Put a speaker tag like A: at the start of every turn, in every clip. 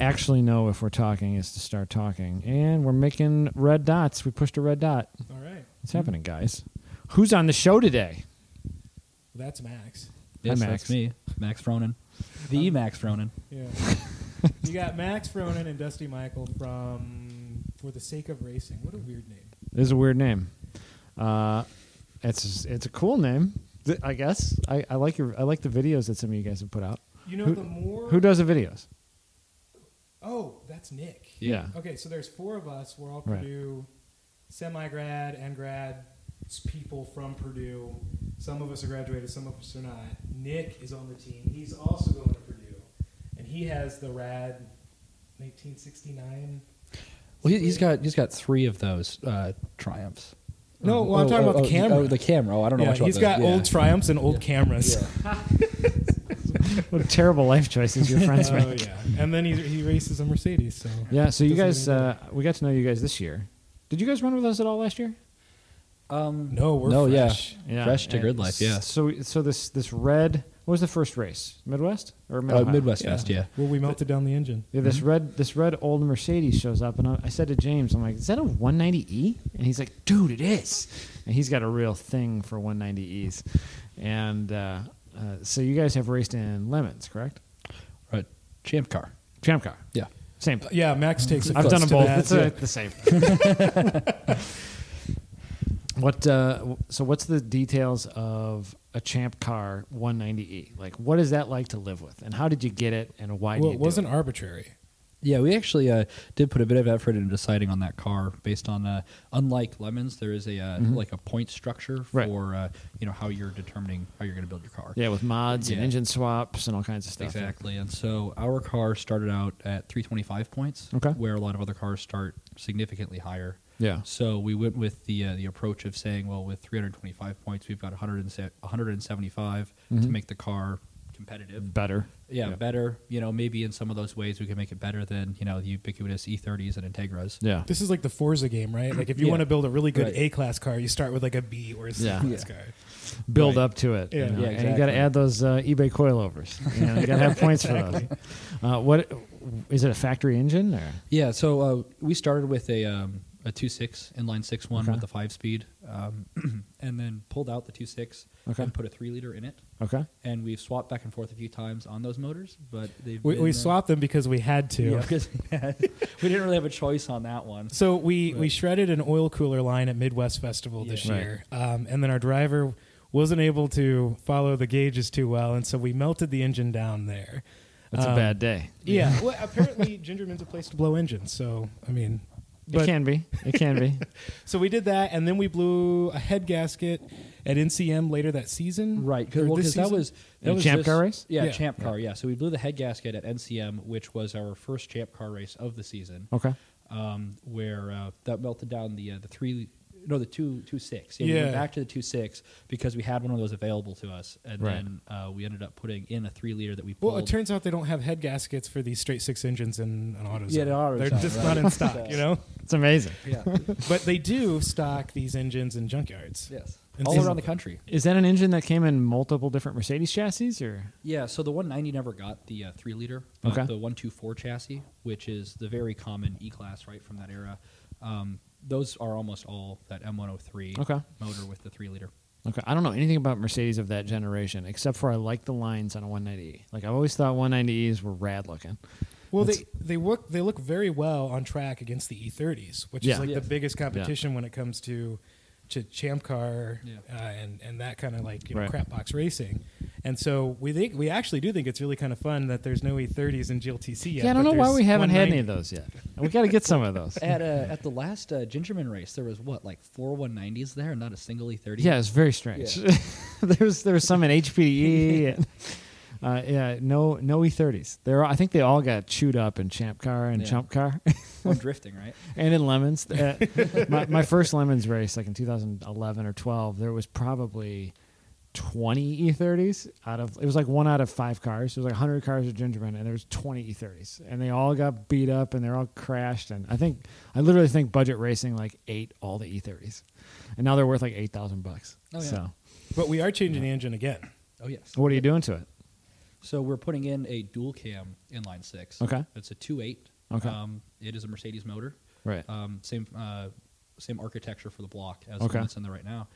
A: actually know if we're talking is to start talking. And we're making red dots. We pushed a red dot.
B: All right.
C: Hmm.
A: It's happening, guys. Who's on the show today?
B: Well, that's Max.
A: Yes, Max.
C: that's me, Max Um, Fronin, the Max Fronin.
B: Yeah. you got Max Fronin and Dusty Michael from For the Sake of Racing. What a weird name.
A: This is a weird name. Uh, it's it's a cool name, th- I guess. I, I like your I like the videos that some of you guys have put out.
B: You know,
A: Who-
B: the more.
A: Who does the videos?
B: Oh, that's Nick.
A: Yeah.
B: Okay, so there's four of us. We're all
A: Right.
B: Purdue semi grad and grad s- people from Purdue. Some of us are graduated, some of us are not. Nick is on the team. He's also going to Purdue, and he has the rad 1969.
C: Well, he, he's got he's got three of those uh, triumphs.
B: No, well, I'm talking about the camera.
C: Oh, the camera. Oh, I don't know
B: Yeah,
C: much about
B: he's
C: the-
B: got
C: yeah.
B: old triumphs and old cameras.
A: What terrible life choices your friends
B: Oh,
A: make.
B: yeah. And then he, he races a Mercedes. So
A: Yeah, so you
B: Doesn't
A: guys,
B: mean
A: uh, we got to know you guys this year. Did you guys run with us at all last year?
C: Um,
B: no, we're
C: no,
B: fresh.
C: yeah, fresh to grid life. Yeah,
A: Yes. So, so this this red. What was the first race? Midwest or Mid-
C: uh,
A: Ohio?
C: Midwest Fest. Yeah,
B: Well, we melted down the engine.
A: Yeah, this red this red old Mercedes shows up, and I, I said to James, "I'm like, is that a 190e?" And he's like, "Dude, it is." And he's got a real thing for 190es, and uh, uh, so you guys have raced in lemons, correct?
C: Uh, champ car.
A: Champ car,
C: Yeah,
A: same.
B: Uh, Yeah, Max takes it.
A: I've
B: close
A: done them
B: to
A: both.
B: that,
A: it's
B: yeah.
A: uh the same. what? Uh, w- so, what's the details of a Champ Car 190e? Like, what is that like to live with, and how did you get it, and why?
B: well,
A: did
B: it
A: you
B: wasn't
A: Do
B: arbitrary.
C: yeah. We actually uh, did put a bit of effort into deciding on that car based on uh, unlike lemons, there is a uh, like a point structure
A: Right.
C: for uh, you know how you're determining how you're going to build your car.
A: it? Yeah, with mods and
C: Yeah.
A: engine swaps and all kinds of stuff.
C: Exactly. And so our car started out at 325 points,
A: Okay.
C: where a lot of other cars start significantly higher.
A: Yeah.
C: So we went with the uh, the approach of saying, well, with 325 points, we've got 100 175 to make the car competitive.
A: Better.
C: Yeah,
A: Mm-hmm. Yeah.
C: better. You know, maybe in some of those ways we can make it better than you know the ubiquitous E30s and Integras.
A: Yeah.
B: This is like the Forza game, right? Like if you
C: Yeah.
B: want to build a really good
C: Right.
B: A class car, you start with like a B or a C
A: Yeah.
B: class
C: Yeah.
B: car.
A: Build
C: Right.
A: up to it.
B: Yeah.
A: you know,
C: Yeah,
A: And you got to
C: exactly.
A: add those uh, eBay coilovers. You, know, you got to have points for those. Uh, what is it? A factory engine or?
C: Yeah, so uh, we started with a um, a two six inline six one
A: Okay.
C: with the five speed, um, and then pulled out the two six
A: Okay.
C: and put a three liter in it,
A: Okay.
C: and we've swapped back and forth a few times on those motors, but they've
B: We,
C: been,
B: we
C: uh,
B: swapped them because we had to.
C: yeah, 'cause- we didn't really have a choice on that one.
B: So we, we
C: Right.
B: shredded an oil cooler line at Midwest Festival this
C: Yeah.
A: Right.
B: year, um, and then our driver wasn't able to follow the gauges too well, and so we melted the engine down there.
A: That's
B: Um,
A: a bad day.
B: Yeah. well, apparently Gingerman's a place to blow engines, so I mean,
A: it
B: but
A: can be. It can be.
B: so we did that, and then we blew a head gasket at NCM later that season,
C: Right,
B: Or
C: because
B: this
C: that
B: season?
C: was that
A: In
C: was
A: Champ
C: just-
A: car race?
C: Yeah,
B: Yeah.
C: champ car. Yeah, so we blew the head gasket at NCM, which was our first champ car race of the season.
A: Okay.
C: um, where uh, that melted down the uh, the three no the two two six yeah, we
B: Yeah.
C: went back to the two six because we had one of those available to us and
A: Right.
C: then uh, we ended up putting in a three liter that we pulled
B: Well, it turns out they don't have head gaskets for these straight six engines in an AutoZone.
C: Yeah, in AutoZone,
B: they're just
C: right.
B: not in stock, you know.
A: It's amazing.
C: yeah
B: But they do stock these engines in junkyards.
C: yes
B: And
C: all
B: see-
C: around the country
A: Is that an engine that came in multiple different Mercedes chassis, or
C: yeah so the 190 never got the uh, three liter but
A: Okay.
C: the 124 chassis which is the very common E class right from that era um, those are almost all that M103
A: Okay.
C: motor with the three liter
A: okay? I don't know anything about Mercedes of that generation, except for I like the lines on a 190e. Like I always thought 190es were rad looking.
B: Well, they they look they look very well on track against the E30s, which
A: Yeah.
B: is like
C: Yes.
B: the biggest competition when it comes to to champ car
C: Yeah.
B: uh, and and that kind of like you know,
A: Right.
B: crap box racing. And so we think we actually do think it's really kind of fun that there's no E30s in GLTC yet.
A: Yeah, I don't
B: but
A: know why
B: there's
A: we haven't had any
B: 190.
A: of those yet. We got to get some of those.
C: at uh, at the last uh, Gingerman race there was what like four 190s there and not a single E E30
A: Yeah, it's very strange. there was there was some in HPDE. and, uh, yeah, no no E30s. They're all- I think they all got chewed up in Champ Car and
C: Yeah.
A: Chump Car.
C: I'm drifting, right?
A: and in lemons. Uh, my, my first lemons race, like in 2011 or 12, there was probably 20 E30s out of it was like one out of five cars. It was like 100 cars of gingerman, and there was 20 E30s, and they all got beat up and they're all crashed. And I think I literally think budget racing like ate all the E30s, and now they're worth like eight thousand bucks.
C: Oh, yeah.
A: So
B: But we are changing the engine again.
C: Oh yes.
A: what are you doing to it?
C: So we're putting in a dual cam inline six.
A: Okay.
C: It's a two eight.
A: Okay.
C: Um, it is a Mercedes motor.
A: Right.
C: Um, same uh, same architecture for the block as the
A: Okay.
C: one that's in there right now.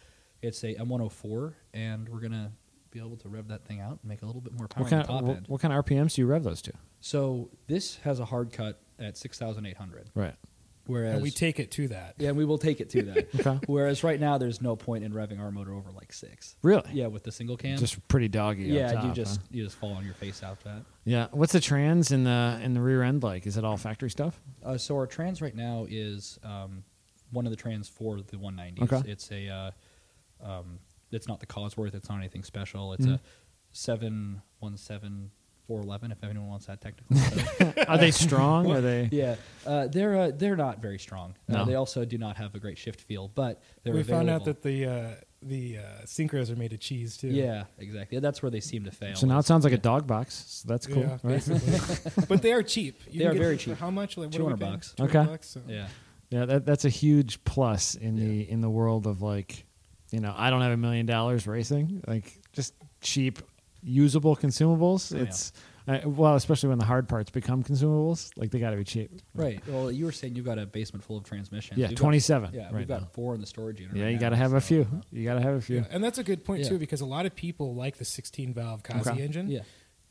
C: It's a M104, and we're gonna be able to rev that thing out and make a little bit more power
A: what
C: on
A: kind
C: the top
A: of what,
C: end.
A: what kind of RPMs do you rev those to?
C: So this has a hard cut at 6,800,
A: Right.
C: whereas
B: and we take it to that.
C: yeah, and we will take it to that.
A: Okay.
C: Whereas right now, there's no point in revving our motor over like six.
A: Really?
C: Yeah, with the single cam.
A: Just pretty doggy.
C: yeah,
A: up top,
C: you just
A: huh?
C: you just fall on your face after that.
A: Yeah. What's the trans in the in the rear end like? Is it all factory stuff?
C: Uh, so our trans right now is um, one of the trans for the 190s.
A: Okay.
C: It's a, uh, um, it's not the Cosworth. It's not anything special.
A: Mm-hmm.
C: It's a seven one seven four eleven. If anyone wants that technical. So,
A: Are they strong? Are they?
C: yeah, uh, they're uh, they're not very strong. Uh,
A: No.
C: they also do not have a great shift feel, but they're
B: we found out
C: available.
B: that the uh, the uh, synchros are made of cheese too.
C: yeah, exactly. That's where they seem to fail.
A: So now it
C: is-
A: sounds like a dog box. So that's cool.
B: Yeah,
A: right?
B: basically. but they are cheap. You
C: They
B: can
C: are
B: get
C: very
B: them for
C: cheap.
B: How much? Like, what are we
C: 200
B: paying?
C: bucks.
B: 200
A: Okay.
B: bucks, so-
C: yeah.
A: Yeah, that, that's a huge plus in the in the world of like, you know, I don't have a million dollars racing. Like just cheap, usable consumables.
C: Yeah.
A: It's uh, well, especially when the hard parts become consumables. Like they got to be cheap.
C: Right. Well, you were saying you've got a basement full of transmissions.
A: Yeah,
C: We've got-
A: 27
C: yeah,
A: right
C: we've got
A: now.
C: four in the storage unit.
A: Yeah,
C: right
A: you
C: now,
A: got to have a
C: so-
A: few. You got to have a few.
B: And that's a good point
C: Yeah.
B: too, because a lot of people like the 16 valve Kazi
A: Okay.
B: engine.
C: Yeah.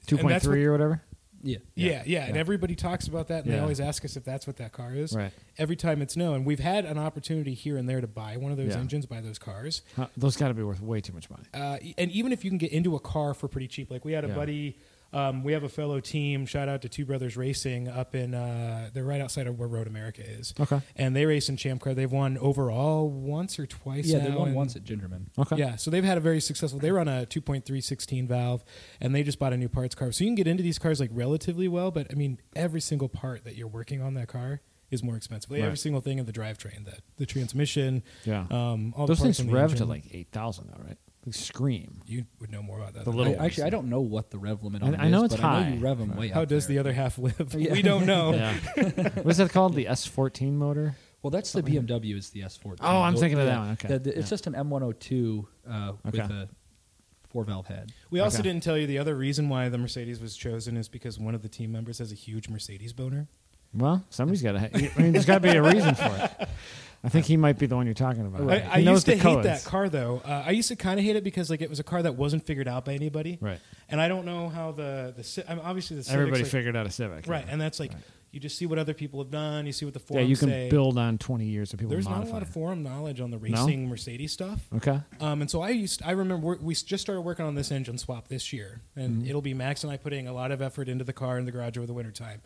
A: Two point three
B: what-
A: or whatever.
C: Yeah.
B: Yeah, yeah, and everybody talks about that, and they
A: Yeah.
B: always ask us if that's what that car is.
A: Right.
B: Every time it's no, and we've had an opportunity here and there to buy one of those
A: Yeah.
B: engines, buy those cars,
A: Huh, those got to be worth way too much money.
B: uh, and even if you can get into a car for pretty cheap, like we had a
A: Yeah.
B: buddy, um, we have a fellow team. Shout out to Two Brothers Racing up in uh, they're right outside of where Road America is.
A: Okay.
B: and they race in Champ Car. They've won overall once or twice.
C: Yeah, they
B: now,
C: won
B: and-
C: once at Gingerman.
A: Okay.
B: Yeah, so they've had a very successful. They run a 2.316 valve, and they just bought a new parts car. So you can get into these cars like relatively well, but I mean, every single part that you're working on that car is more expensive. Like, Every
A: Right.
B: single thing in the drivetrain, that the transmission,
A: Yeah.
B: um, all
A: Those
B: the parts
A: things
B: on the
A: rev to
B: engine.
A: like eight thousand though, right? They scream.
B: you would know more about that.
A: The
B: than
A: little
B: I
C: I-
B: do.
A: ones.
C: actually, I don't know what the rev limit
A: I-
C: on it
A: I know
C: is,
A: it's
C: but I know you
A: high.
C: rev them way
B: How
C: up
B: does
C: there.
B: the other half live?
C: Yeah.
B: We don't know.
A: Yeah. What's that called? The S fourteen motor.
C: Well, that's the BMW. It's the S14.
A: Oh, I'm
C: The-
A: thinking of
C: yeah.
A: that one. Okay.
C: The- the- it's just an M102 uh, with
A: Okay.
C: a four valve head.
B: We also
A: Okay.
B: didn't tell you the other reason why the Mercedes was chosen is because one of the team members has a huge Mercedes boner.
A: Well, somebody's got to. I mean, there's got to be a reason for it. I think he might be the one you're talking about.
B: I,
A: He
B: I
A: knows
B: used to
A: the
B: hate
A: codes.
B: that car though. Uh, I used to kind of hate it because like it was a car that wasn't figured out by anybody.
A: Right.
B: And I don't know how the the Ci- I mean, obviously the Civic's,
A: Everybody
B: like-
A: figured out a Civic.
B: right,
A: yeah.
B: and that's like you just see what other people have done. You see what the
A: yeah,
B: forums
A: you can
B: say.
A: build on 20 years of people
B: There's not a lot
A: modifying.
B: of forum knowledge on the racing Mercedes stuff.
A: okay.
B: Um, and so I used I remember we- we just started working on this engine swap this year, and
A: Mm-hmm.
B: it'll be Max and I putting a lot of effort into the car in the garage over the wintertime.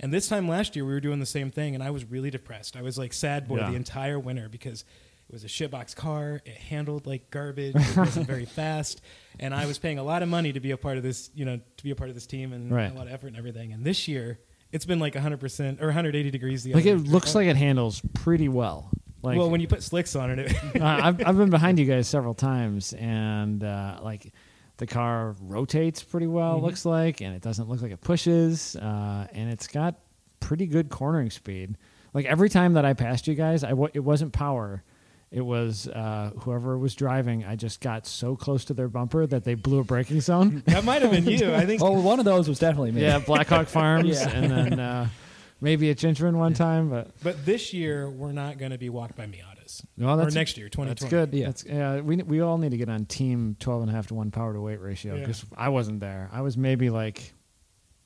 B: And this time last year, we were doing the same thing, and I was really depressed. I was like sad boy
A: Yeah.
B: the entire winter because it was a shitbox car. It handled like garbage. It wasn't very fast, and I was paying a lot of money to be a part of this, you know, to be a part of this team and
A: Right.
B: a lot of effort and everything. And this year, it's been like 100 percent or 180 degrees. The
A: Like
B: other
A: it looks like it handles pretty well. Like
B: well, when you put slicks on it, it
A: uh, I've, I've been behind you guys several times, and uh, like the car rotates pretty well, looks like, and it doesn't look like it pushes, uh, and it's got pretty good cornering speed. Like every time that I passed you guys, I w- it wasn't power. It was uh, whoever was driving. I just got so close to their bumper that they blew a braking zone.
B: that might have been you. I think
C: Oh, one of those was definitely me.
A: yeah, Blackhawk Farms,
C: Yeah.
A: and then uh, maybe a Gingerman one time, but
B: But this year, we're not going to be walked by Miatas.
A: No,
B: or
A: Oh, that's-
B: next year, 2020.
A: That's good.
C: Yeah.
A: Yeah. That's, yeah, we, we all need to get on team 12 and a half to one power to weight ratio
B: Yeah.
A: because I wasn't there. I was maybe like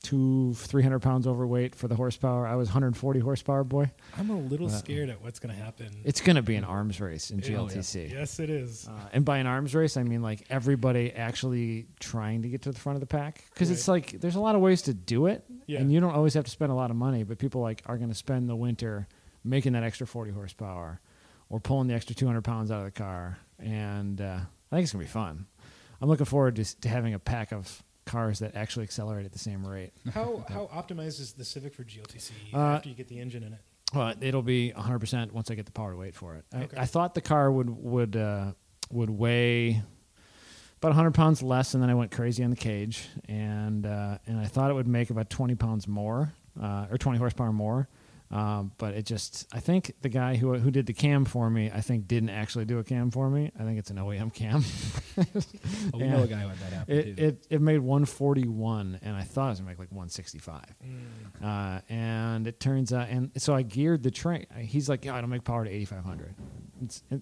A: two, 300 pounds overweight for the horsepower. I was 140 horsepower boy.
B: I'm a little scared at what's going to happen.
A: It's going to be an arms race in
B: Yeah. Oh, yeah.
A: GLTC.
B: yes, it is.
A: Uh, and by an arms race, I mean like everybody actually trying to get to the front of the pack because it's like there's a lot of ways to do it,
B: Yeah.
A: and you don't always have to spend a lot of money. But people like are going to spend the winter making that extra 40 horsepower or pulling the extra 200 pounds out of the car, and uh, I think it's gonna be fun. I'm looking forward to, s- to having a pack of cars that actually accelerate at the same rate.
B: how how optimized is the Civic for GLTC
A: Uh,
B: after you get the engine in it?
A: Well, it'll be 100% once I get the power to weight for it. I,
B: Okay.
A: I thought the car would would uh, would weigh about 100 pounds less, and then I went crazy on the cage, and uh, and I thought it would make about 20 pounds more uh, or 20 horsepower more, Um, but it just, I think the guy who who did the cam for me, I think didn't actually do a cam for me. I think it's an OEM cam.
C: Oh, we know a guy who had that happen
A: It,
C: too.
A: it it made 141, and I thought it was gonna make like 165. Uh, and it turns out, and so I geared the train. He's like, "Yeah, I don't make power to 8,500." It's it,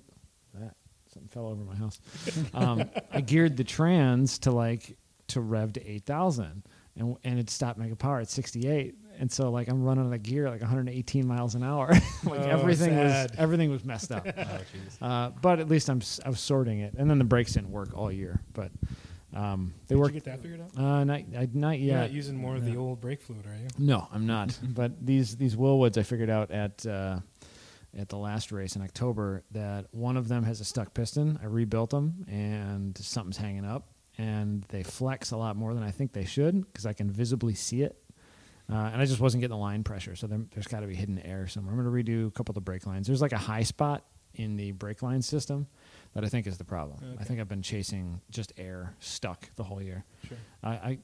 A: that something fell over my house. Um, I geared the trans to like to rev to 8,000, and and it stopped making power at 68. And so like I'm running on a gear like 118 miles an hour. like
B: Oh,
A: everything
B: sad.
A: was everything was messed up.
C: oh, jeez.
A: Uh, but at least I'm s- I was sorting it, and then the brakes didn't work all year, but um, they
B: Did
A: work.
B: you get that figured out?
A: Uh, not I, not
B: You're
A: yet.
B: not using more of the
A: No.
B: old brake fluid, are you?
A: No, I'm not. but these these Willwoods I figured out at uh, at the last race in October that one of them has a stuck piston. I rebuilt them and something's hanging up and they flex a lot more than I think they should because I can visibly see it. Uh, and I just wasn't getting the line pressure, so there, there's got to be hidden air somewhere. I'm going to redo a couple of the brake lines. There's like a high spot in the brake line system that I think is the problem. I
B: Okay.
A: think I've been chasing just air stuck the whole year.
B: Sure.
A: I, I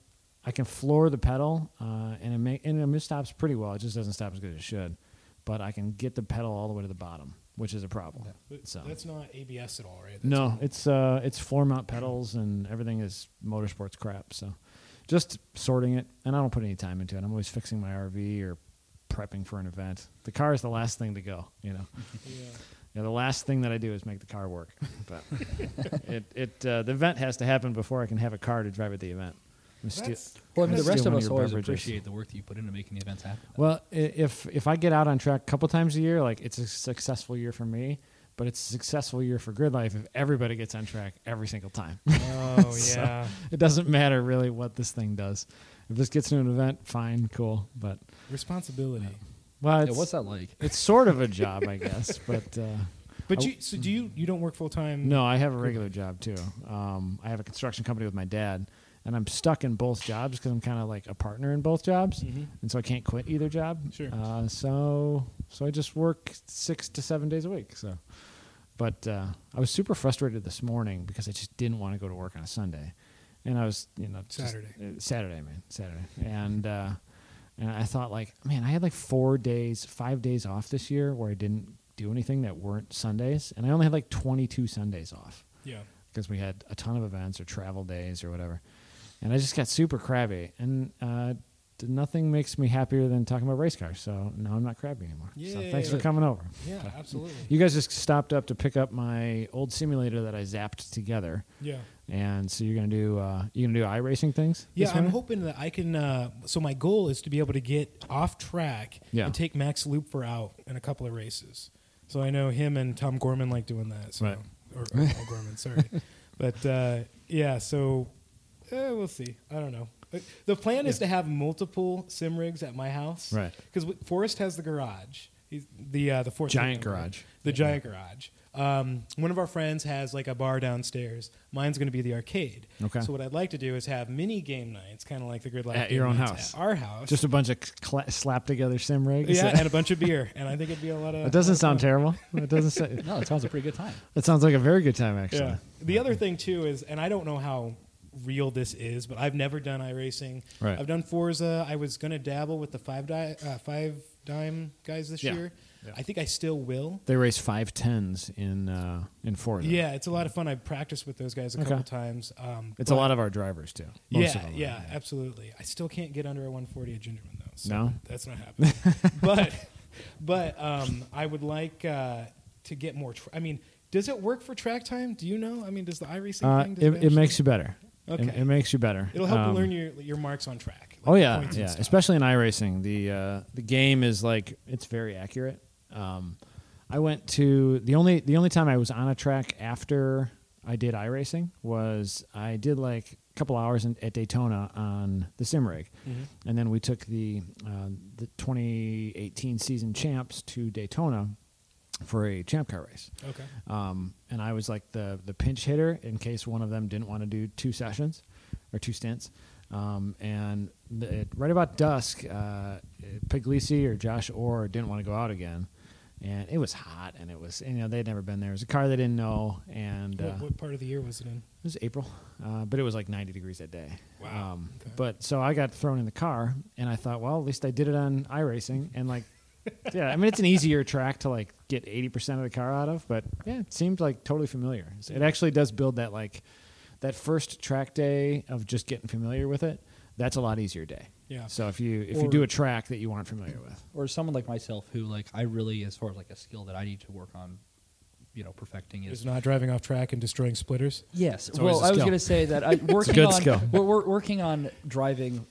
A: I can floor the pedal, uh, and it ma- and it stops pretty well. It just doesn't stop as good as it should, but I can get the pedal all the way to the bottom, which is a problem.
B: But
A: So
B: that's not ABS at all, right? That's
A: no,
B: all-
A: it's uh, it's floor mount pedals, and everything is motorsports crap. So just sorting it, and I don't put any time into it. I'm always fixing my RV or prepping for an event. The car is the last thing to go. You know,
B: Yeah.
A: you know, the last thing that I do is make the car work. But it it uh, the event has to happen before I can have a car to drive at the event. I'm sti-
B: That's-
C: Well, I mean, the
A: Let's
C: rest
A: do
C: of
A: one of
C: us
A: your
C: always
A: beverages.
C: appreciate the work that you put into making the events happen.
A: Well, i- if if I get out on track a couple times a year, like it's a successful year for me, but it's a successful year for Grid Life if everybody gets on track every single time.
B: Oh
A: So-
B: yeah.
A: it doesn't matter really what this thing does. If this gets to an event, fine, cool, but
B: Responsibility.
A: well,
C: Yeah,
A: it's
C: what's that like?
A: it's sort of a job, I guess, but. Uh,
B: But
A: I-
B: you so do you you don't work full time?
A: No, I have a regular job too. Um, I have a construction company with my dad, and I'm stuck in both jobs because I'm kind of like a partner in both jobs,
B: Mhm.
A: and so I can't quit either job.
B: Sure.
A: Uh, so so I just work six to seven days a week. So, but uh, I was super frustrated this morning because I just didn't want to go to work on a Sunday, and I was you know just-
B: Saturday.
A: uh, Saturday man Saturday, and uh, and I thought like man I had like four days five days off this year where I didn't do anything that weren't Sundays, and I only had like 22 Sundays off
B: Yeah.
A: because we had a ton of events or travel days or whatever. And I just got super crabby. And uh, d- nothing makes me happier than talking about race cars. So now I'm not crabby anymore. So thanks for
B: Yay.
A: coming over.
B: Yeah. Absolutely.
A: You guys just stopped up to pick up my old simulator that I zapped together.
B: yeah.
A: And so you're gonna do uh, you gonna do iRacing things?
B: Yeah,
A: this
B: I'm
A: winter?
B: hoping that I can. Uh, so my goal is to be able to get off track
A: Yeah.
B: and take Max Looper out in a couple of races. So I know him and Tom Gorman like doing that. So,
A: Right.
B: Or, or Paul Gorman, sorry. But uh, yeah, so eh, we'll see. I don't know. But The plan is to have multiple sim rigs at my house,
A: Right.
B: Because Forrest has the garage. He's the uh, the Forrest
A: Giant
B: member.
A: garage.
B: The giant garage. Um, one of our friends has like a bar downstairs. Mine's going to be the arcade.
A: Okay.
B: So what I'd like to do is have mini game nights, kind of like the grid life
A: At
B: game
A: your own
B: nights
A: house.
B: at our house.
A: just a bunch of cla slap together sim rigs.
B: yeah, and a bunch of beer, and I think it'd be a lot of.
A: it doesn't
B: a lot
A: sound
B: of
A: terrible. It doesn't. Say,
C: No, it sounds a pretty good time.
A: it sounds like a very good time actually.
B: fun. Yeah. The other thing too is, and I don't know how real this is, but I've never done iRacing.
A: Right.
B: I've done Forza. I was going to dabble with the five di- uh, five dime guys this
A: Yeah.
B: year.
A: Yeah.
B: I think I still will.
A: They race five tens in uh, in Florida.
B: Yeah, it's a lot of fun. I've practiced with those guys a
A: Okay.
B: couple times. Um,
A: It's
B: but-
A: a lot of our drivers too. Most
B: yeah,
A: of them are,
B: yeah, absolutely. I still can't get under a 140 at Gingerman though. So
A: No?
B: that's not happening. but, but um, I would like uh, to get more. Tra- I mean, does it work for track time? Do you know? I mean, does the iRacing
A: Uh,
B: thing? Does
A: it, it makes you
B: actually-
A: better.
B: Okay.
A: It, it makes you better.
B: It'll help
A: Um,
B: you learn your your marks on track. like
A: oh yeah,
B: points and
A: yeah.
B: stuff.
A: Especially in iRacing, the uh, the game is like it's very accurate. Um, I went to the only the only time I was on a track after I did iRacing was I did like a couple hours in, at Daytona on the sim rig,
B: Mm-hmm.
A: and then we took the uh, the 2018 season champs to Daytona for a champ car race.
B: Okay.
A: Um, and I was like the the pinch hitter in case one of them didn't want to do two sessions or two stints. Um, and the, it, right about dusk, uh, Puglisi or Josh Orr didn't want to go out again, and it was hot, and it was you know they'd never been there. It was a car they didn't know, and uh,
B: What, what part of the year was it in?
A: it was April, uh, but it was like 90 degrees that day.
B: Wow.
A: Um,
B: Okay.
A: But so I got thrown in the car, and I thought, well, at least I did it on iRacing, and like yeah, I mean it's an easier track to like get eighty percent of the car out of, but yeah, it seemed like totally familiar. It actually does build that like that first track day of just getting familiar with it. That's a lot easier day.
B: Yeah.
A: So if you if
C: Or-
A: you do a track that you aren't familiar with,
C: or someone like myself who like I really as far as like a skill that I need to work on, you know, perfecting is
B: Is not driving off track and destroying splitters.
C: yes.
A: It's always
C: well,
A: a
C: I was
A: skill.
C: going to say that I working
A: good
C: on
A: skill.
C: we're, we're working on driving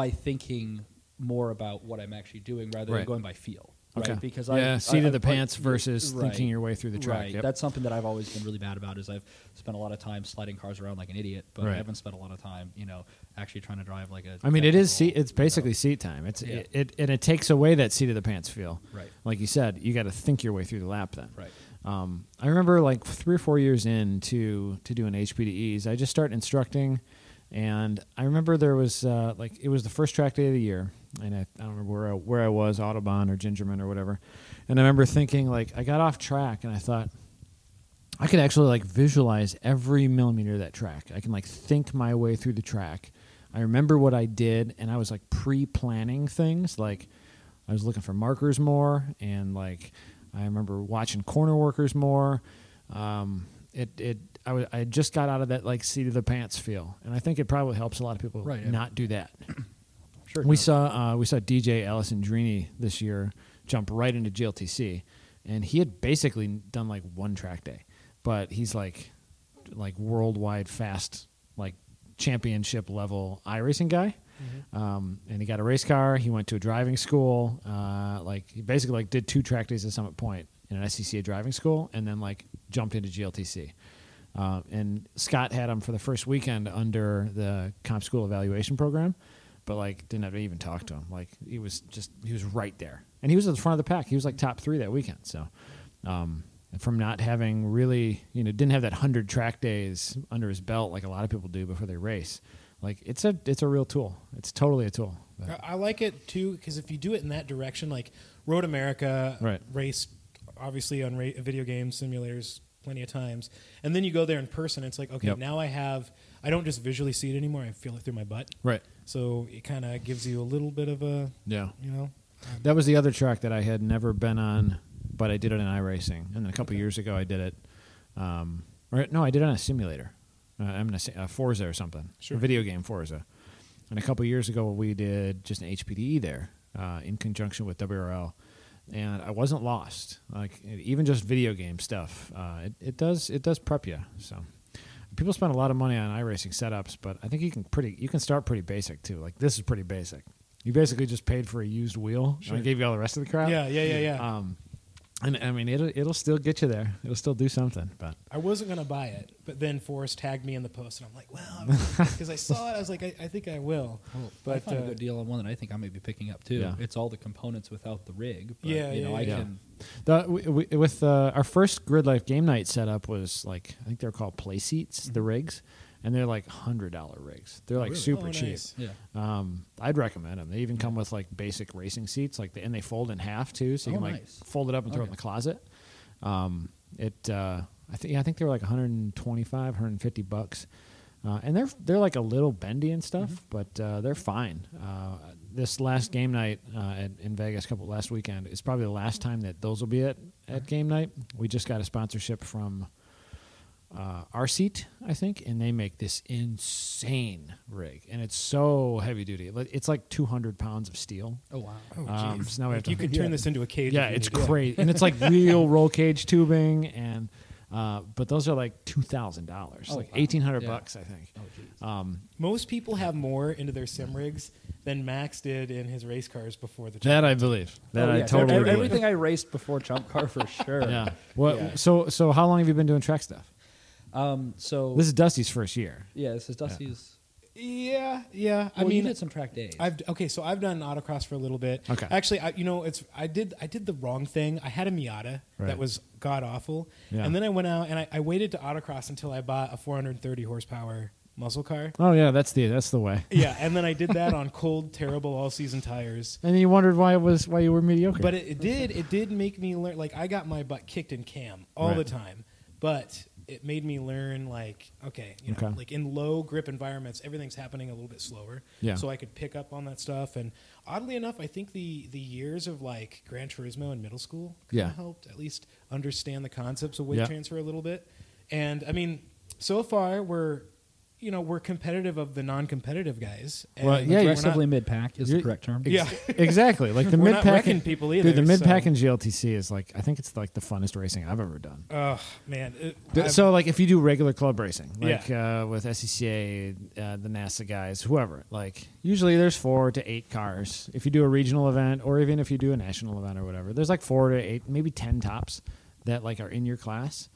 C: by thinking more about what I'm actually doing rather than
A: Right.
C: going by feel.
A: okay,
C: Right? Because
A: yeah,
C: I
A: seat
C: I-
A: of the
C: I- I-
A: pants versus
C: right.
A: thinking your way through the track.
C: Right.
A: Yep.
C: That's something that I've always been really bad about is I've spent a lot of time sliding cars around like an idiot, but
A: Right.
C: I haven't spent a lot of time, you know, actually trying to drive like a
A: I mean, it is
C: technical,
A: seat. It's
C: you know,
A: basically seat time. It's
C: Yeah.
A: it, it and it takes away that seat of the pants feel.
C: Right.
A: Like you said, you got to think your way through the lap then.
C: right.
A: Um, I remember like three or four years in to to doing HPDEs, I just started instructing, and I remember there was uh, like it was the first track day of the year, and I, I don't remember where I, where I was, Audubon or Gingerman or whatever, and I remember thinking like I got off track and I thought I could actually like visualize every millimeter of that track. I can like think my way through the track. I remember what I did, and I was like pre-planning things. Like I was looking for markers more, and like I remember watching corner workers more. Um, it it I wa- I just got out of that like seat of the pants feel, and I think it probably helps a lot of people
C: Right, yeah.
A: not do that.
C: Sure.
A: We saw uh, we saw DJ Allison Drini this year jump right into GLTC, and he had basically done like one track day, but he's like like worldwide fast like championship level iRacing guy. Um, and he got a race car. He went to a driving school. Uh, like he basically like did two track days at Summit Point in an SCCA driving school, and then like jumped into GLTC. Uh, and Scott had him for the first weekend under the comp school evaluation program, but like didn't have to even talk to him. Like he was just he was right there, and he was at the front of the pack. He was like top three that weekend. So, um, from not having really you know didn't have that hundred track days under his belt like a lot of people do before they race. Like it's a it's a real tool. It's totally a tool. But-
B: I, I like it too because if you do it in that direction, like Road America,
A: Right.
B: race, obviously on ra- video games, simulators, plenty of times, and then you go there in person, it's like okay,
A: Yep.
B: now I have. I don't just visually see it anymore. I feel it through my butt.
A: Right.
B: So it kind of gives you a little bit of a,
A: Yeah.
B: you know,
A: That was the other track that I had never been on, but I did it in iRacing. And then a couple years ago, I did it. Um, or no, I did it on a simulator. Uh, I'm gonna say uh, Forza or something,
B: Sure.
A: a video game Forza. And a couple years ago, we did just an HPDE there uh, in conjunction with WRL, and I wasn't lost. Like even just video game stuff, uh, it, it does it does prep you. So people spend a lot of money on iRacing setups, but I think you can pretty you can start pretty basic too. Like this is pretty basic. You basically just paid for a used wheel, and I gave you all the rest of the crap.
B: yeah, yeah, yeah, yeah.
A: Um, and I mean, it'll it'll still get you there. It'll still do something. But
B: I wasn't gonna buy it, but then Forrest tagged me in the post, and I'm like, well, because I saw it, I was like, I, I think I will.
A: Oh,
C: But I
B: But
C: found
B: uh,
C: a good deal on one that I think I may be picking up too.
A: Yeah.
C: It's all the components without the rig. But,
B: Yeah,
C: you know,
B: yeah,
C: I
B: yeah.
C: can.
A: the, we, we, with uh, our first grid life game night setup was like I think they're called play seats, the rigs, and they're like hundred dollar rigs. They're like
C: Mm-hmm. really?
A: super
B: Oh,
A: cheap.
B: nice.
C: Yeah,
A: Um, I'd recommend them. They even come with like basic racing seats, like the, and they fold in half too, so you
C: Oh,
A: can like
C: nice.
A: fold it up and throw it in
C: Okay.
A: the closet. Um, it uh, I think yeah, I think they were like 125, 150 bucks, uh, and they're they're like a little bendy and stuff,
C: Mm-hmm.
A: but uh, they're fine. Uh, this last game night uh, at, in Vegas, couple last weekend, is probably the last time that those will be at
C: Mm-hmm.
A: at game night. We just got a sponsorship from uh, our seat, I think, and they make this insane rig, and it's so heavy duty. Like, It's like 200 pounds of steel.
C: Oh wow.
A: um, so now we have
B: like,
A: to,
B: you could turn this into a cage.
A: yeah,
B: if you
A: it's
B: needed.
A: crazy, and it's like real roll cage tubing, and uh, but those are like two thousand dollars,
C: Oh,
A: like
C: wow.
A: eighteen hundred
C: Yeah.
A: bucks, I think.
C: Oh jeez.
A: Um,
B: Most people have more into their sim rigs than Max did in his race cars before the.
A: that I believe. That
C: Oh,
A: I
C: yeah.
A: totally
C: Ev-
A: believe.
C: Everything I raced before Jump Car for sure.
A: Yeah. Well,
C: Yeah.
A: so so how long have you been doing track stuff?
C: Um. So
A: This is Dusty's first year.
C: yeah, this is Dusty's.
B: yeah, yeah.
C: Well,
B: I
C: you
B: mean,
C: did some track days.
B: I've okay, so I've done autocross for a little bit.
A: Okay.
B: Actually, I, you know, it's I did I did the wrong thing. I had a Miata
A: Right.
B: that was god awful,
A: Yeah.
B: and then I went out and I, I waited to autocross until I bought a 430 horsepower muscle car.
A: Oh yeah, that's the that's the way.
B: yeah, and then I did that on cold, terrible all season tires.
A: And you wondered why it was why you were mediocre.
B: But it, it did it did make me learn. Like I got my butt kicked in cam all
A: Right.
B: the time, but it made me learn like okay, you know,
A: Okay.
B: like in low grip environments, everything's happening a little bit slower.
A: Yeah.
B: So I could pick up on that stuff, and oddly enough, I think the the years of like Gran Turismo in middle school kinda
A: Yeah.
B: helped at least understand the concepts of weight
A: Yeah.
B: transfer a little bit. And I mean, so far we're you know we're competitive of the non-competitive guys. And
A: Well, yeah, you're
B: we're
C: Aggressively
B: not,
C: mid pack is
A: You're-
C: the correct term.
B: yeah.
A: exactly. Like the
B: We're
A: mid
B: not
A: pack
B: wrecking people either,
A: Dude, the mid pack
B: so-
A: in GLTC is like I think it's like the funnest racing I've ever done.
B: Oh man. it-
A: Th-
B: I've-
A: so like if you do regular club racing, like uh, with SCCA, uh, the NASA guys, whoever, like usually there's four to eight cars. If you do a regional event, or even if you do a national event or whatever, there's like four to eight, maybe ten tops that like are in your class.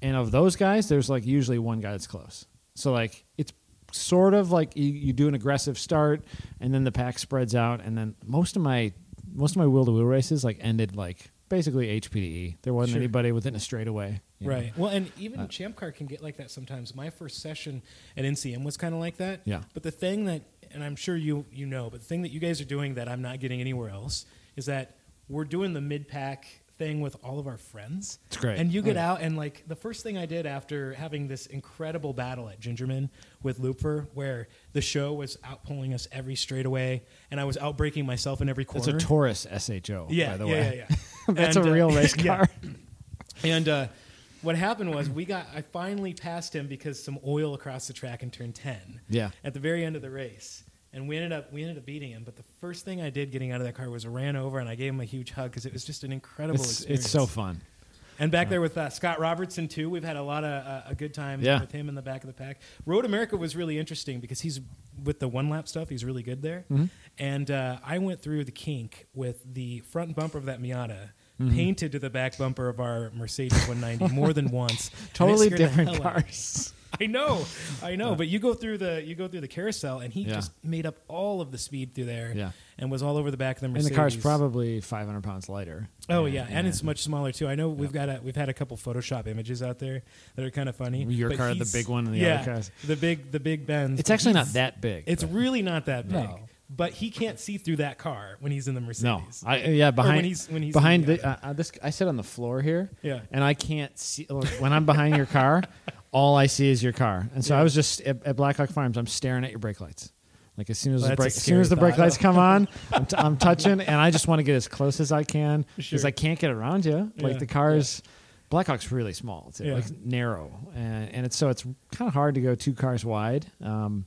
A: And of those guys, there's like usually one guy that's close. So like it's sort of like you, you do an aggressive start, and then the pack spreads out, and then most of my most of my wheel to wheel races like ended like basically HPDE. E. There wasn't
B: Sure.
A: anybody within a straightaway. you know? Uh,
B: Right. Well, and even Champ Car can get like that sometimes. My first session at NCM was kind of like that.
A: Yeah.
B: But the thing that, and I'm sure you you know, but the thing that you guys are doing that I'm not getting anywhere else is that we're doing the mid pack thing with all of our friends.
A: It's great.
B: And you get out and like the first thing I did after having this incredible battle at Gingerman with Looper, where the show was outpulling us every straightaway, and I was outbreaking myself in every
A: It's
B: corner.
A: a Taurus SHO,
B: Yeah,
A: by the
B: yeah,
A: way.
B: yeah, yeah.
A: That's
B: And,
A: a
B: uh,
A: real race
B: yeah.
A: car.
B: And uh, what happened was we got I finally passed him because some oil across the track in turn ten.
A: Yeah.
B: At the very end of the race. And we ended up we ended up beating him, but the first thing I did getting out of that car was I ran over and I gave him a huge hug because it was just an incredible
A: It's,
B: experience.
A: it's so fun.
B: And back there with uh, Scott Robertson too, we've had a lot of uh, a good time
A: Yeah.
B: with him in the back of the pack. Road America was really interesting because he's with the one lap stuff, he's really good there.
A: Mm-hmm.
B: And uh, I went through the kink with the front bumper of that Miata.
A: Mm-hmm.
B: Painted to the back bumper of our Mercedes 190 more than once. and it
A: Totally
B: scared the
A: different
B: hell out of me.
A: cars.
B: I know, I know. But you go through the you go through the carousel, and he
A: Yeah.
B: just made up all of the speed through there,
A: Yeah.
B: and was all over the back of the
A: And
B: Mercedes.
A: the car's probably 500 pounds lighter.
B: Oh yeah, and it's much smaller too. I know we've got a, we've had a couple Photoshop images out there that are kind of funny.
A: Your
B: but
A: car, the
B: he's-
A: big one, and the
B: yeah,
A: other cars.
B: the big the big Benz.
A: It's
B: but
A: actually not
B: he's-
A: that big.
B: It's
A: but-
B: really not that big.
C: No.
B: But he can't see through that car when he's in the
A: no.
B: Mercedes.
A: I, uh, yeah, behind
B: he's- when he's
A: behind
B: in the
A: the, uh, uh, this. I sit on the floor here.
B: Yeah.
A: and I can't see look, when I'm behind your car. All I see is your car, and so I was just at, at Blackhawk Farms. I'm staring at your brake lights. Like as soon as
B: Well,
A: the
B: that's a
A: brake, as soon as the
B: scary
A: brake lights come on, I'm, t- I'm touching, and I just want to get as close as I can because
B: Sure.
A: I can't get around you. Like
B: Yeah,
A: the car's Blackhawk's really small. It's
B: Yeah.
A: like narrow, and, and it's so it's kind of hard to go two cars wide. Um,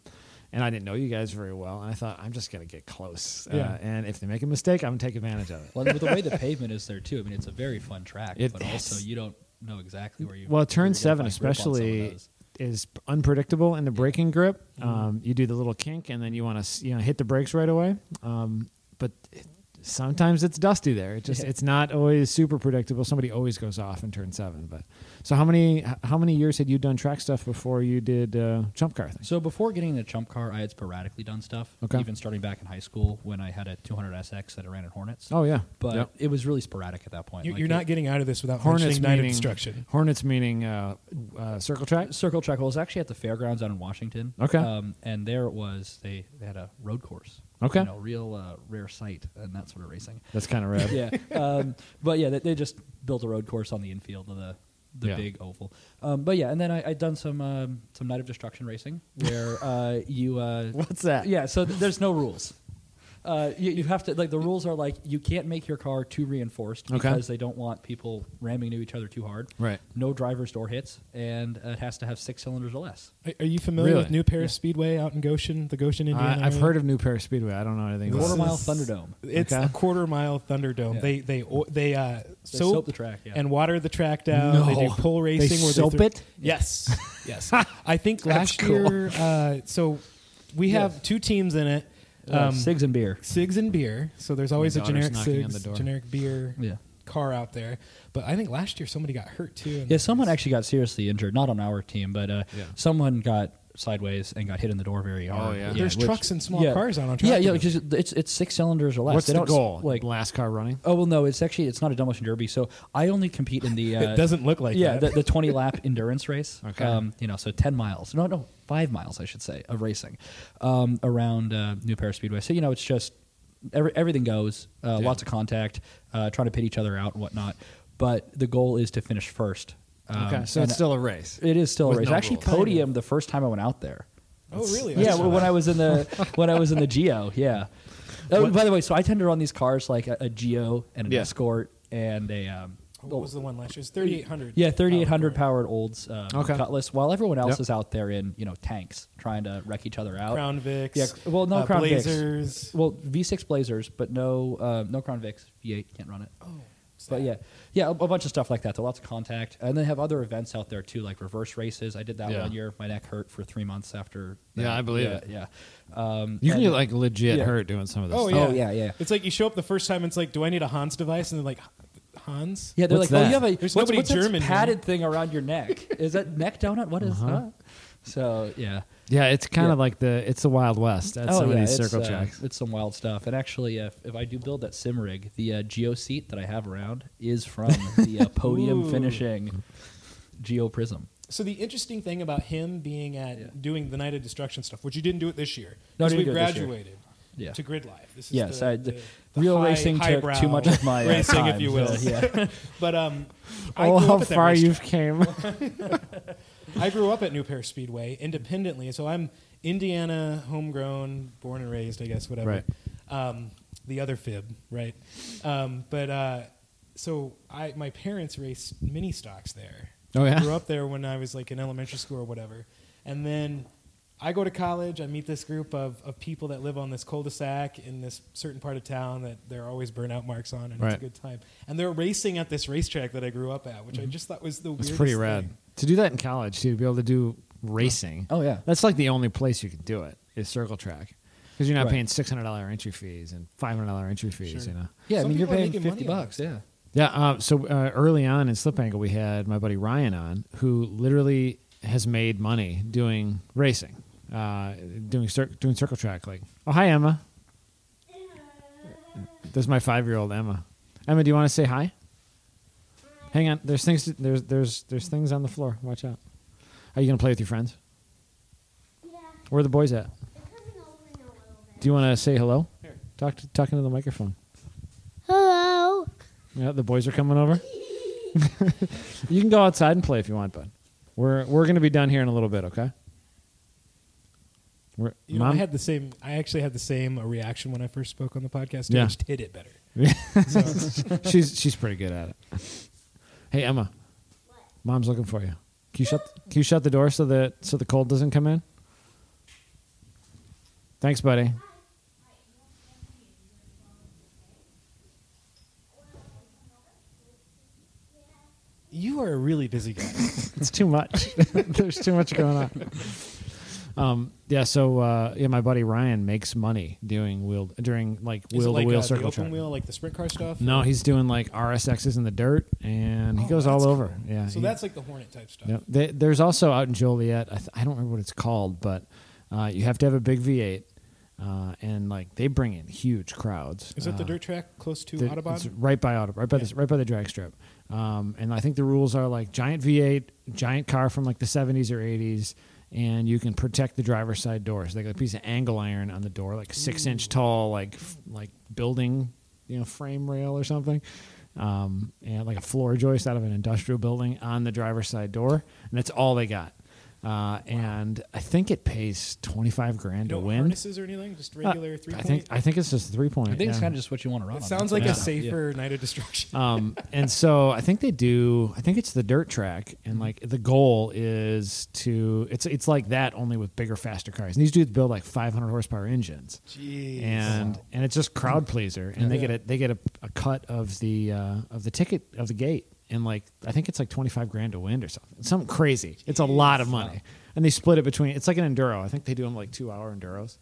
A: and I didn't know you guys very well, and I thought I'm just gonna get close.
B: Yeah.
A: Uh, and if they make a mistake, I'm gonna take advantage of it.
C: Well, with the way the pavement is there too. I mean, it's a very fun track,
A: It
C: but also
A: is.
C: you don't know exactly where you.
A: Well,
C: where you're
A: turn
C: gonna
A: seven
C: like rip on some of
A: especially
C: those.
A: is unpredictable in the braking grip.
B: Mm-hmm.
A: Um, you do the little kink, and then you want to you know hit the brakes right away. Um, but it, sometimes it's dusty there. It just it's not always super predictable. Somebody always goes off in turn seven. But so how many h- how many years had you done track stuff before you did uh, jump car things?
C: So before getting the chump car, I had sporadically done stuff.
A: Okay.
C: Even starting back in high school when I had a 200 SX that I ran at Hornets.
A: Oh yeah,
C: But
A: Yep.
C: it was really sporadic at that point.
B: you,
C: Like,
B: you're
C: it-
B: not getting out of this without
A: Hornets
B: mentioning Night of
A: meaning-
B: Destruction.
A: Hornets meaning uh, uh, circle track.
C: Circle track. Well, it was actually at the fairgrounds out in Washington.
A: Okay.
C: Um, and there it was. They, they had a road course.
A: Okay.
C: You know, real uh, rare sight and that sort of racing.
A: That's kind of rad.
C: yeah. Um, but yeah, they, they just built a road course on the infield of the the
A: Yeah.
C: big oval. Um, but yeah, and then I, I'd done some um, some night of destruction racing where uh, you uh,
A: What's that?
C: yeah. So th- there's no rules. Uh, you, you have to like the rules are like you can't make your car too reinforced
A: Okay.
C: because they don't want people ramming into each other too hard.
A: Right.
C: No driver's door hits, and it has to have six cylinders or less.
B: Are, are you familiar
A: Really?
B: with New Paris
C: Yeah.
B: Speedway out in Goshen, the Goshen, Indiana?
A: I, I've
B: area?
A: heard of New Paris Speedway. I don't know anything
B: This
A: about.
C: Quarter
A: it.
C: mile
B: is-
C: Thunderdome.
B: It's
A: Okay.
B: a quarter mile Thunderdome.
C: Yeah.
B: They they o- they uh,
C: They
B: soap,
C: soap the track, yeah.
B: and water the track down. They do
A: No.
B: pole
A: They
B: racing. where
A: soap
B: throw-
A: it?
B: Yes, yes. I think last
A: cool.
B: year. Uh, so we have two teams in it.
C: Uh,
B: Um,
C: Sigs and beer.
B: Sigs and beer. So there's always a
A: daughter's
B: generic
A: knocking on
B: Sigs,
A: the door.
B: generic beer
C: Yeah.
B: car out there. But I think last year somebody got hurt too. in
C: Yeah,
B: the
C: someone
B: race.
C: actually got seriously injured. Not on our team, but uh,
A: Yeah. Oh,
C: someone got sideways and got hit in the door very hard.
A: yeah.
B: There's
C: which-
B: trucks and small
C: yeah.
B: cars out on track.
C: Yeah, yeah,
B: today.
C: because it's it's six cylinders or less.
A: What's
C: They
A: the
C: don't s-
A: goal?
C: Like,
A: last car running.
C: oh well, no, it's actually it's not a demolition derby. So I only compete in the. Uh,
B: it doesn't look like
C: yeah, the,
B: that.
C: the 20 lap endurance race.
A: Okay.
C: Um, you know, so 10 miles. No, no, five miles, I should say, of racing um, around uh, New Paris Speedway. So, you know, it's just every, everything goes, uh,
A: Yeah.
C: lots of contact, uh, trying to pit each other out and whatnot. But the goal is to finish first Um,
A: okay, so
C: and
A: it's still a race.
C: it is still a
D: With
C: race.
D: no
C: I actually
D: rules.
C: podiumed the first time I went out there.
B: Oh, really?
C: yeah, well, when I was in the when I was in the Geo, yeah. Oh, by the way, so I tend to run these cars like a, a Geo and an
D: Yeah.
C: Escort and a um,
B: What was the one last year? It Oh, was 3,800.
C: yeah 3800 powered olds um,
A: Okay.
C: Cutlass, while everyone else
A: Yep.
C: is out there in you know tanks trying to wreck each other out.
B: Crown Vics.
C: Yeah, c- well, no
B: uh,
C: Crown Vics.
B: Blazers.
C: Well, V6 Blazers, but no uh, no Crown Vics. V8 can't run it.
B: Oh,
C: But yeah, yeah, a, a bunch of stuff like that. So lots of contact, and they have other events out there too, like reverse races. I did that
D: Yeah.
C: one year. My neck hurt for three months after.
D: Yeah,
C: that.
D: I believe
C: yeah,
D: it.
C: Yeah, um,
D: You can
C: and-
D: get like legit
C: Yeah.
D: hurt doing some of this.
B: Oh yeah.
D: stuff.
C: Oh, yeah, yeah.
B: It's like you show up the first time. and It's like, do I need a Hans device? And they're like, Hans.
C: yeah, they're
D: What's
C: like,
D: that?
C: oh, you have a
B: There's
C: what's,
B: nobody
C: what's that
B: German here." Uh-huh.
C: padded thing around your neck. is that neck donut? What is that? So yeah.
A: Yeah, it's kind of
C: Yeah.
A: like the it's the Wild West at some of these
C: it's,
A: circle
C: uh,
A: checks.
C: It's some wild stuff. And actually, uh, if I do build that sim rig, the uh, geo seat that I have around is from the uh, podium
B: Ooh.
C: finishing Geo Prism.
B: So the interesting thing about him being at
C: Yeah.
B: doing the Night of Destruction stuff, which you didn't do it this year,
C: No, I
B: because
C: didn't
B: we
C: do it this year.
B: graduated
C: Yeah.
B: to Grid Life. This is
C: Yes,
B: the,
C: I-
B: the- the
C: Real
B: high-
C: racing took
B: highbrow
C: too much of my uh,
B: racing,
C: time,
B: if you will.
C: so, yeah.
B: But um, I
A: Oh,
B: grew
A: how
B: up at that
A: far
B: racetrack.
A: you've came.
B: I grew up at New Paris Speedway independently, so I'm Indiana homegrown, born and raised, I guess, whatever.
D: Right.
B: Um, the other fib, right? Um, but uh, so I, my parents raced mini stocks there.
A: Oh, yeah?
B: grew up there when I was like in elementary school or whatever, and then. I go to college. I meet this group of, of people that live on this cul-de-sac in this certain part of town that there are always burnout marks on, and it's
D: Right.
B: a good time. And they're racing at this racetrack that I grew up at, which I just thought was the
D: it's
B: weirdest.
D: Mm-hmm. pretty
B: thing.
D: rad.
A: to do that in college too, to be able to do racing.
C: Oh, yeah.
A: that's like the only place you can do it is circle track because you're not
C: Right.
A: paying six hundred dollar entry fees and five hundred dollar entry fees.
B: Sure.
A: You know.
C: Yeah, I
B: Some
C: mean, you're
B: people are
C: paying
B: making
C: 50
B: money on
C: bucks. Yeah.
A: Yeah. Uh, so uh, early on in Slip Angle, we had my buddy Ryan on, who literally has made money doing racing, uh, doing cir- doing circle track. Like, oh hi Emma. There's my five year old Emma. Emma, do you want to say hi? Hang on. There's things. To, there's there's there's things on the floor. Watch out. Are you gonna play with your friends?
E: Yeah,
A: Where are the boys at?
E: it's coming over in a little bit.
A: Do you want to say hello? Talk to, talk into the microphone.
E: Hello.
A: Yeah, the boys are coming over. you can go outside and play if you want, bud. We're we're gonna be done here in a little bit, okay? We're,
B: You know, I had the same. I actually had the same uh, reaction when I first spoke on the podcast. too.
A: Yeah.
B: I just hit it better.
A: she's she's pretty good at it. Hey Emma,
E: What?
A: mom's looking for you. Can you shut Can you shut the door so that so the cold doesn't come in? Thanks, buddy.
B: You are a really busy guy.
A: It's too much. There's too much going on. Um, yeah. So uh, yeah, my buddy Ryan makes money doing wheel during like
B: Is it
A: wheel
B: like,
A: to wheel
B: uh, the
A: circle
B: open
A: track.
B: wheel, like the sprint car stuff.
A: No, he's doing like RSXs in the dirt, and he
B: Oh,
A: goes all
B: that's
A: over.
B: cool.
A: Yeah.
B: So
A: he-
B: that's like the Hornet type stuff.
A: Yep. They, there's also out in Joliet. I, th- I don't remember what it's called, but uh, you have to have a big V8, uh, and like they bring in huge crowds.
B: Is it the
A: Uh,
B: dirt track close to
A: the- It's
B: Autobahn?
A: right by Autobahn, right by
B: Yeah.
A: the right by the drag strip. Um, and I think the rules are like giant V8, giant car from like the 70s or 80s, and you can protect the driver's side door. So they got a piece of angle iron on the door, like
B: Mm.
A: six inch tall, like f- like building, you know, frame rail or something. Um, and like a floor joist out of an industrial building on the driver's side door, and that's all they got. Uh, and I think it pays twenty five grand
B: No
A: to win.
B: harnesses or anything. Just
A: Uh,
B: regular three
A: I
B: point.
A: think I think it's just a three point.
C: I think it's
A: yeah.
C: kind of just what you want to run.
B: it
C: on.
B: sounds
C: That's
B: like
C: what
B: a
C: it is. Yeah.
B: safer night of destruction.
A: um, and so I think they do. I think it's the dirt track, and like the goal is to. It's it's like that only with bigger, faster cars. And these dudes build like 500 horsepower engines,
B: Jeez.
A: and and it's just crowd pleaser. And they
B: Yeah.
A: get a they get a, a cut of the uh, of the ticket of the gate, and like I think it's like 25 grand to win or something. Something crazy. It's a lot of money, and they split it between. It's like an enduro. I think they do them like two hour enduros.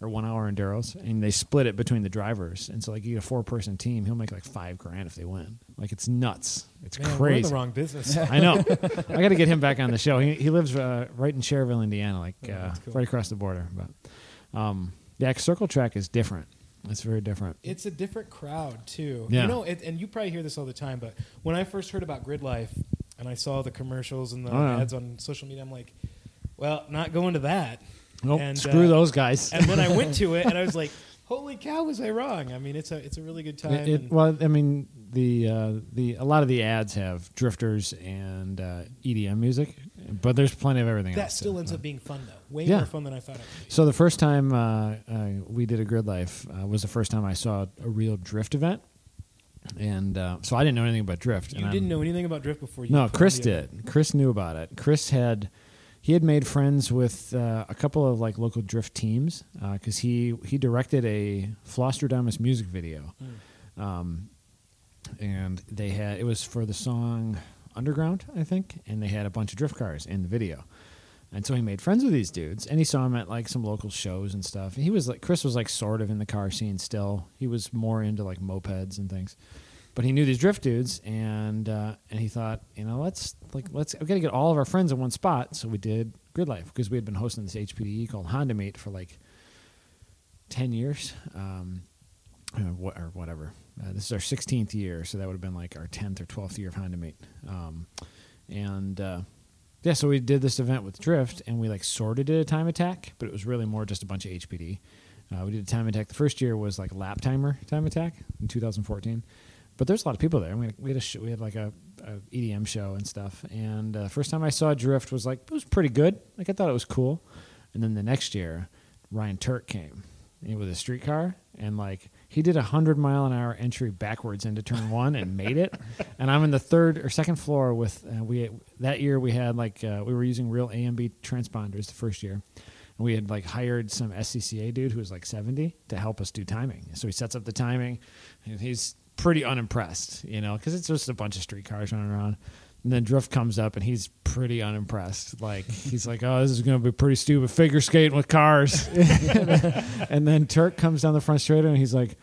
A: Or one hour enduros, and they split it between the drivers. And so, like, you get a four person team, he'll make like five grand if they win. Like, it's nuts. It's
B: Man, we're in
A: crazy.
B: the wrong business.
A: I know. I got to get him back on the show. He, he lives uh, right in Cherville, Indiana, like uh,
B: Oh, cool.
A: right across the border. But um, yeah, Circle Track is different. It's very different.
B: it's a different crowd too.
A: Yeah.
B: You know, it, and you probably hear this all the time, but when I first heard about Grid Life and I saw the commercials and the
A: Oh, yeah.
B: ads on social media, I'm like, well, not going to that.
A: Nope,
B: And,
A: Oh, screw
B: uh,
A: those guys.
B: And then I went to it and I was like, holy cow, was I wrong? I mean, it's a it's a really good time.
A: It- it-
B: and
A: well, I mean, the uh, the a lot of the ads have drifters and uh, EDM music, but there's plenty of everything
B: That
A: else.
B: still
A: too.
B: ends up being fun though. Way
A: Yeah.
B: more fun than I thought it would be.
A: So the first time uh, uh, we did a grid life uh, was the first time I saw a real drift event, and uh, so I didn't know anything about drift.
B: You
A: and
B: didn't
A: I'm-
B: know anything about drift before you.
A: No,
B: put on
A: Chris
B: the event.
A: did. Chris knew about it. Chris had he had made friends with uh, a couple of like local drift teams because he he directed a Flostradamus music video,
B: Hmm.
A: um, and they had it was for the song Underground, I think, and they had a bunch of drift cars in the video. And so he made friends with these dudes, and he saw him at like some local shows and stuff. And he was like, Chris was like sort of in the car scene still. He was more into like mopeds and things, but he knew these drift dudes, and uh, and he thought, you know, let's like let's we got to get all of our friends in one spot. So we did Grid Life because we had been hosting this HPDE called Honda Meet for like ten years, um, uh, wha- or whatever. Uh, this is our sixteenth year, so that would have been like our tenth or twelfth year of Honda Meet, um, and. Uh, yeah, so we did this event with Drift, and we like sorted it a time attack, but it was really more just a bunch of HPD. Uh, we did a time attack. The first year was like lap timer time attack in 2014, but there's a lot of people there. And we had, we had a sh- we had like a, a EDM show and stuff. And uh, first time I saw Drift was like it was pretty good. Like I thought it was cool. And then the next year, Ryan Turk came in with a streetcar and like he did a hundred mile an hour entry backwards into turn one and made it. And I'm in the third or second floor with uh, we that year we had like uh, we were using real AMB transponders the first year. And we had like hired some SCCA dude who was like 70 to help us do timing. So he sets up the timing and he's pretty unimpressed, you know, because it's just a bunch of street cars running around. And then Drift comes up and he's pretty unimpressed. Like he's like, "Oh, this is going to be pretty stupid figure skating with cars." and then Turk comes down the front straight and he's like,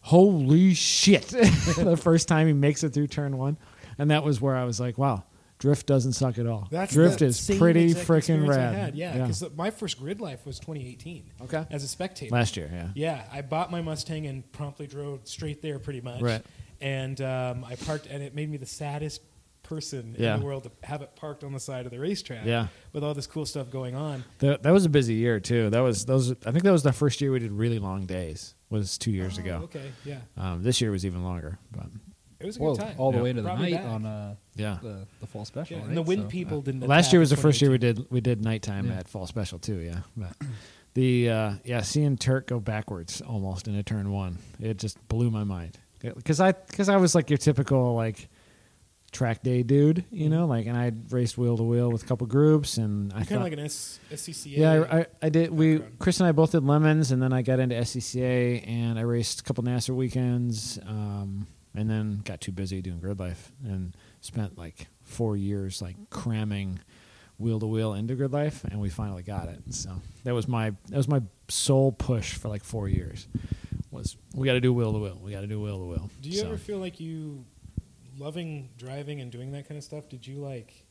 A: "Holy shit!" the first time he makes it through turn one, and that was where I was like, "Wow, Drift doesn't suck at all.
B: That's
A: Drift
B: the
A: is
B: same
A: pretty
B: exact
A: freaking
B: experience I
A: rad."
B: had, Yeah, because my first grid life was 2018.
A: Okay.
B: As a spectator.
A: last year, yeah.
B: Yeah, I bought my Mustang and promptly drove straight there, pretty much.
A: Right.
B: And um, I parked, and it made me the saddest person
A: Yeah.
B: in the world to have it parked on the side of the racetrack.
A: Yeah.
B: With all this cool stuff going on.
A: That, that was a busy year too. That was those. I think that was the first year we did really long days. Was two years
B: Oh,
A: ago.
B: Okay. Yeah.
A: Um, this year was even longer, but
B: It was a
C: Whoa,
B: good time.
C: all the
A: Yeah.
C: way to the
B: Brought me
C: night
B: back.
C: on uh,
A: yeah.
C: the, the fall special.
B: Yeah,
C: right?
B: and the wind
C: So,
B: people
C: uh,
B: didn't.
A: Last
B: attack
A: year was the
B: in
A: first year we
B: 2018.
A: did we did nighttime
C: Yeah.
A: at fall special too. Yeah, but the uh, yeah seeing Turk go backwards almost into turn one, it just blew my mind because I because I was like your typical like track day dude, you know, like and I raced wheel to wheel with a couple groups and I
B: Mm-hmm. You're kind
A: thought-
B: of like an S- SCCA.
A: Yeah, I, I, I did. We
B: background.
A: Chris and I both did lemons, and then I got into SCCA, and I raced a couple NASA weekends, um, and then got too busy doing grid life, and spent like four years like cramming wheel to wheel into grid life, and we finally got it. So that was my that was my sole push for like four years. Was we got to do wheel to wheel, we got to do wheel to wheel.
B: Do you
A: So-
B: ever feel like you loving driving and doing that kind of stuff? Did you like?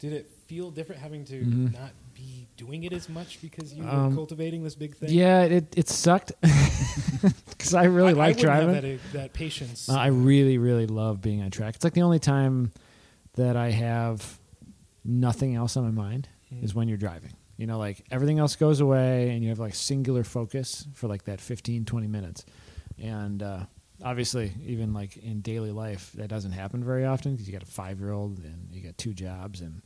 B: Did it feel different having to
A: Mhm.
B: not be doing it as much because you
A: Um,
B: were cultivating this big thing?
A: Yeah, it it sucked because I really
B: I- I
A: like
B: wouldn't have
A: driving.
B: that, that patience.
A: Uh, I really, really love being on track. It's like the only time that I have nothing else on my mind
B: Mm.
A: is when you're driving. You know, like everything else goes away and you have like singular focus for like that 15, 20 minutes. And uh, obviously, even like in daily life, that doesn't happen very often because you got a five year old and you got two jobs and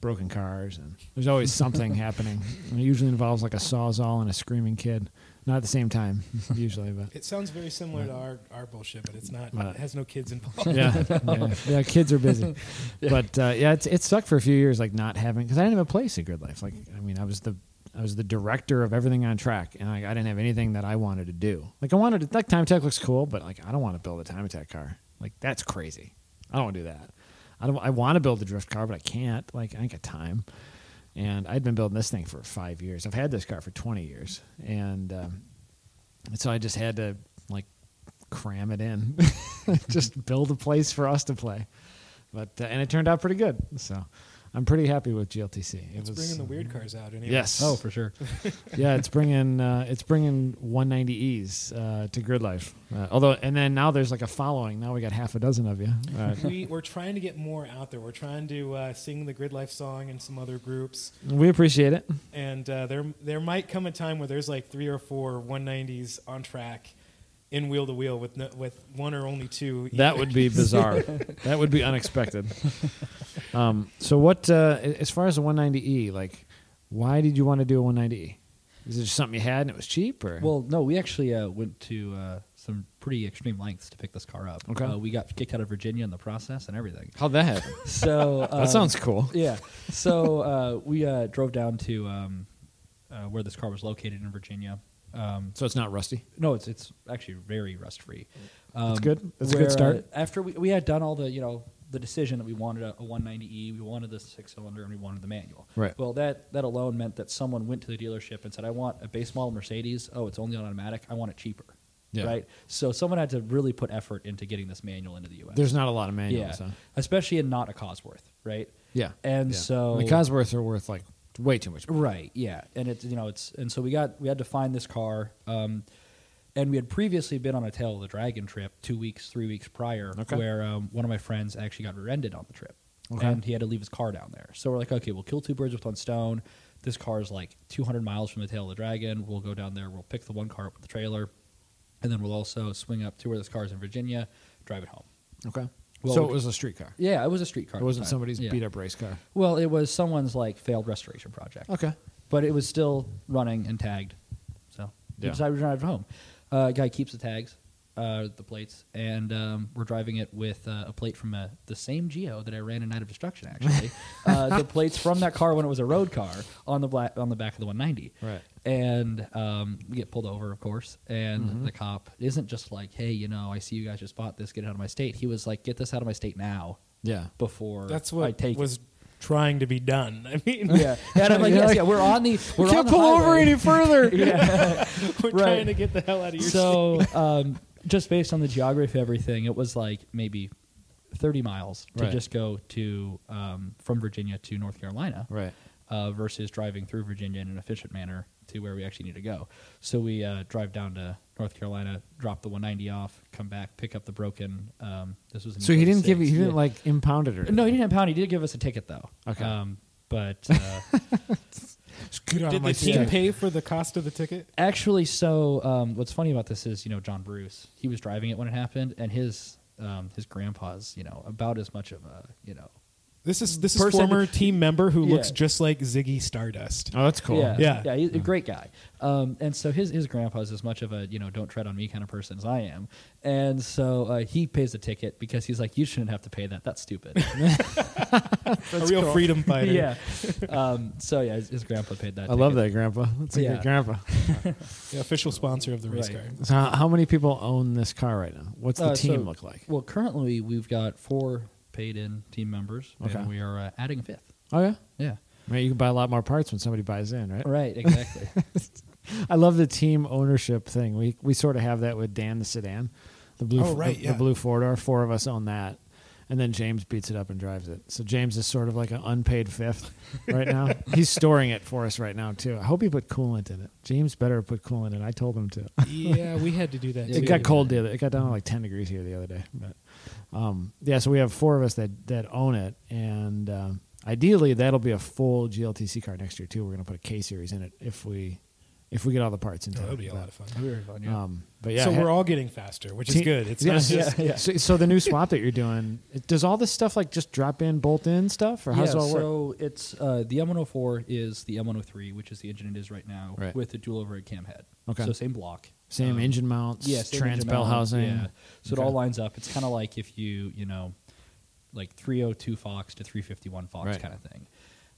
A: broken cars and there's always something happening. And it usually involves like a sawzall and a screaming kid. Not at the same time, usually, but
B: it sounds very similar to our, our bullshit, but it's not.
A: Right.
B: It has no kids involved.
A: yeah, yeah, yeah. Kids are busy, but uh, yeah, it's, it sucked for a few years, like not having because I didn't have a place in Grid Life. Like, I mean, I was the I was the director of everything on track, and like I didn't have anything that I wanted to do. Like, I wanted to, like Time Attack looks cool, but like I don't want to build a Time Attack car. Like, that's crazy. I don't want to do that. I don't. I want to build a drift car, but I can't. Like, I ain't got time. And I'd been building this thing for five years. I've had this car for twenty years, and um, and so I just had to like cram it in, just build a place for us to play. But uh, and it turned out pretty good, so I'm pretty happy with GLTC. It
B: It's
A: was
B: bringing the weird cars out. Anyway.
A: Yes.
C: Oh, for sure.
A: yeah, it's bringing uh, it's bringing 190es uh, to Grid Life. Uh, although, and then now there's like a following. Now we got half a dozen of you. Uh,
B: We, we're trying to get more out there. We're trying to uh, sing the Grid Life song in some other groups.
A: we appreciate it.
B: and uh, there there might come a time where there's like three or four 190s on track in wheel to wheel with no, with one or only two.
A: That would be bizarre. that would be unexpected. Um, so what? Uh, as far as the 190e, like, why did you want to do a 190e? Is it just something you had and it was cheap, or
C: Well, no, we actually uh, went to uh, some pretty extreme lengths to pick this car up.
A: Okay.
C: Uh, we got kicked out of Virginia in the process and everything.
A: how'd that happen?
C: So uh,
A: that sounds
C: Um,
A: cool.
C: yeah. So uh, we uh, drove down to um, uh, where this car was located in Virginia. Um,
A: So it's not rusty.
C: no, it's it's actually very rust free. Um,
A: That's good. That's a good
C: where, uh,
A: start.
C: after we, we had done all the you know the decision that we wanted a, a 190e, we wanted the six cylinder, and we wanted the manual.
A: Right.
C: Well, that that alone meant that someone went to the dealership and said, "I want a base model Mercedes. Oh, it's only on automatic. I want it cheaper."
A: Yeah.
C: Right. So someone had to really put effort into getting this manual into the U.S.
A: There's not a lot of manuals.
C: yeah,
A: huh?
C: especially in not a Cosworth, right?
A: Yeah.
C: And
A: Yeah.
C: so
A: the Cosworths are worth like way too much.
C: Right. Yeah. And it's you know it's and so we got we had to find this car, um, and we had previously been on a Tail of the Dragon trip two weeks, three weeks prior,
A: Okay.
C: where um, one of my friends actually got rear-ended on the trip,
A: Okay.
C: and he had to leave his car down there. So we're like, okay, we'll kill two birds with one stone. This car is like 200 miles from the Tail of the Dragon. We'll go down there. We'll pick the one car up with the trailer, and then we'll also swing up to where this car is in Virginia, drive it home.
A: Okay.
C: Well,
A: so
C: we-
A: it was a street car.
C: Yeah, it was a street car.
A: It wasn't somebody's
C: beat
A: beat up race car.
C: Well, it was someone's like failed restoration project.
A: Okay.
C: but it was still running and tagged. So we
A: Yeah.
C: decided to drive it home. Uh, guy keeps the tags, uh, the plates, and um, we're driving it with uh, a plate from a, the same Geo that I ran in Night of Destruction. Actually, uh, the plates from that car when it was a road car on the black on the back of the 190.
A: Right.
C: And um, we get pulled over, of course. And
A: Mm-hmm.
C: the cop isn't just like, "Hey, you know, I see you guys just bought this. Get it out of my state." He was like, "Get this out of my state now."
A: Yeah.
C: Before
B: That's
C: I
B: what
C: take it."
B: was trying to be done. I mean,
C: Yeah, and I'm like,
A: You're
C: yes,
A: like,
C: yeah, we're on the we're on
A: Can't
C: the
A: pull over
C: highway."
A: any further.
B: we're
C: Right.
B: trying to get the hell out of your.
C: so um, just based on the geography of everything it was like maybe 30 miles to
A: Right.
C: just go to um, from virginia to north carolina
A: Right.
C: uh, versus driving through virginia in an efficient manner to where we actually need to go so we uh, drive down to north carolina drop the 190 off come back pick up the broken um, this was in
A: So he didn't give you.
C: 46.
A: He didn't
C: Yeah.
A: like impound it or
C: no he didn't impound he did give us a ticket though
A: Okay.
C: um, but uh,
A: Get out
B: Did
A: of
B: the
A: my
B: team
A: team.
B: pay for the cost of the ticket?
C: actually so um, what's funny about this is you know john bruce he was driving it when it happened and his um, his grandpa's you know about as much of a you know
B: This is this is
C: Person-
B: former team member who
C: Yeah.
B: looks just like Ziggy Stardust.
A: Oh, that's cool. Mm.
C: yeah
B: Yeah.
C: yeah he's a great guy um, and so his his grandpa's as much of a you know don't tread on me kind of person as i am and so uh, he pays the ticket because he's like you shouldn't have to pay that that's stupid
B: a real freedom fighter.
C: yeah um, so yeah his, his grandpa paid that
A: I love
C: ticket.
A: that, Grandpa. That's a
C: Yeah.
A: good Grandpa.
B: The official sponsor of the race
C: Right.
B: car.
A: So how, how many people own this car right now? What's the
C: Uh, so-
A: team look like?
C: well currently we've got four paid in team members
A: Okay.
C: and we are uh, adding a fifth
A: Oh yeah,
C: yeah
A: man, you can buy a lot more parts when somebody buys in, right?
C: right exactly
A: I love the team ownership thing. We we sort of have that with Dan the sedan, the blue,
B: Oh, right,
A: the,
B: yeah.
A: the blue four door. Four of us own that, and then James beats it up and drives it. So James is sort of like an unpaid fifth right now. He's storing it for us right now too. I hope he put coolant in it. James better put coolant in. it. I told him to.
B: yeah, we had to do that.
C: Yeah,
A: it
B: too.
C: we
A: got
C: do
A: cold the other. It got down to like ten degrees here the other day. But um, yeah, so we have four of us that that own it, and um, ideally that'll be a full GLTC car next year too. We're gonna put a K series in it if we if we get all the parts in
B: Oh,
A: time.
B: that would be a
A: But,
B: lot of fun.
A: Um, but yeah,
B: so
A: ha-
B: we're all getting faster, which is
A: Te-
B: good. It's
A: yeah,
B: not just
A: yeah, yeah. So, so the new swap that you're doing, it, does all this stuff like just drop in, bolt in stuff, or how does it
C: yeah,
A: all work?
C: so it's uh, the M104 is the M103, which is the engine it is right now,
A: Right.
C: with the dual overhead cam head.
A: Okay.
C: So same block.
A: Same
C: um,
A: engine mounts,
C: Yeah, same
A: trans
C: engine
A: bell
C: mount,
A: housing.
C: Yeah. So it all
A: Okay.
C: lines up. It's kind of like if you you know, like 302 Fox to 351 Fox
A: Right.
C: kind of thing.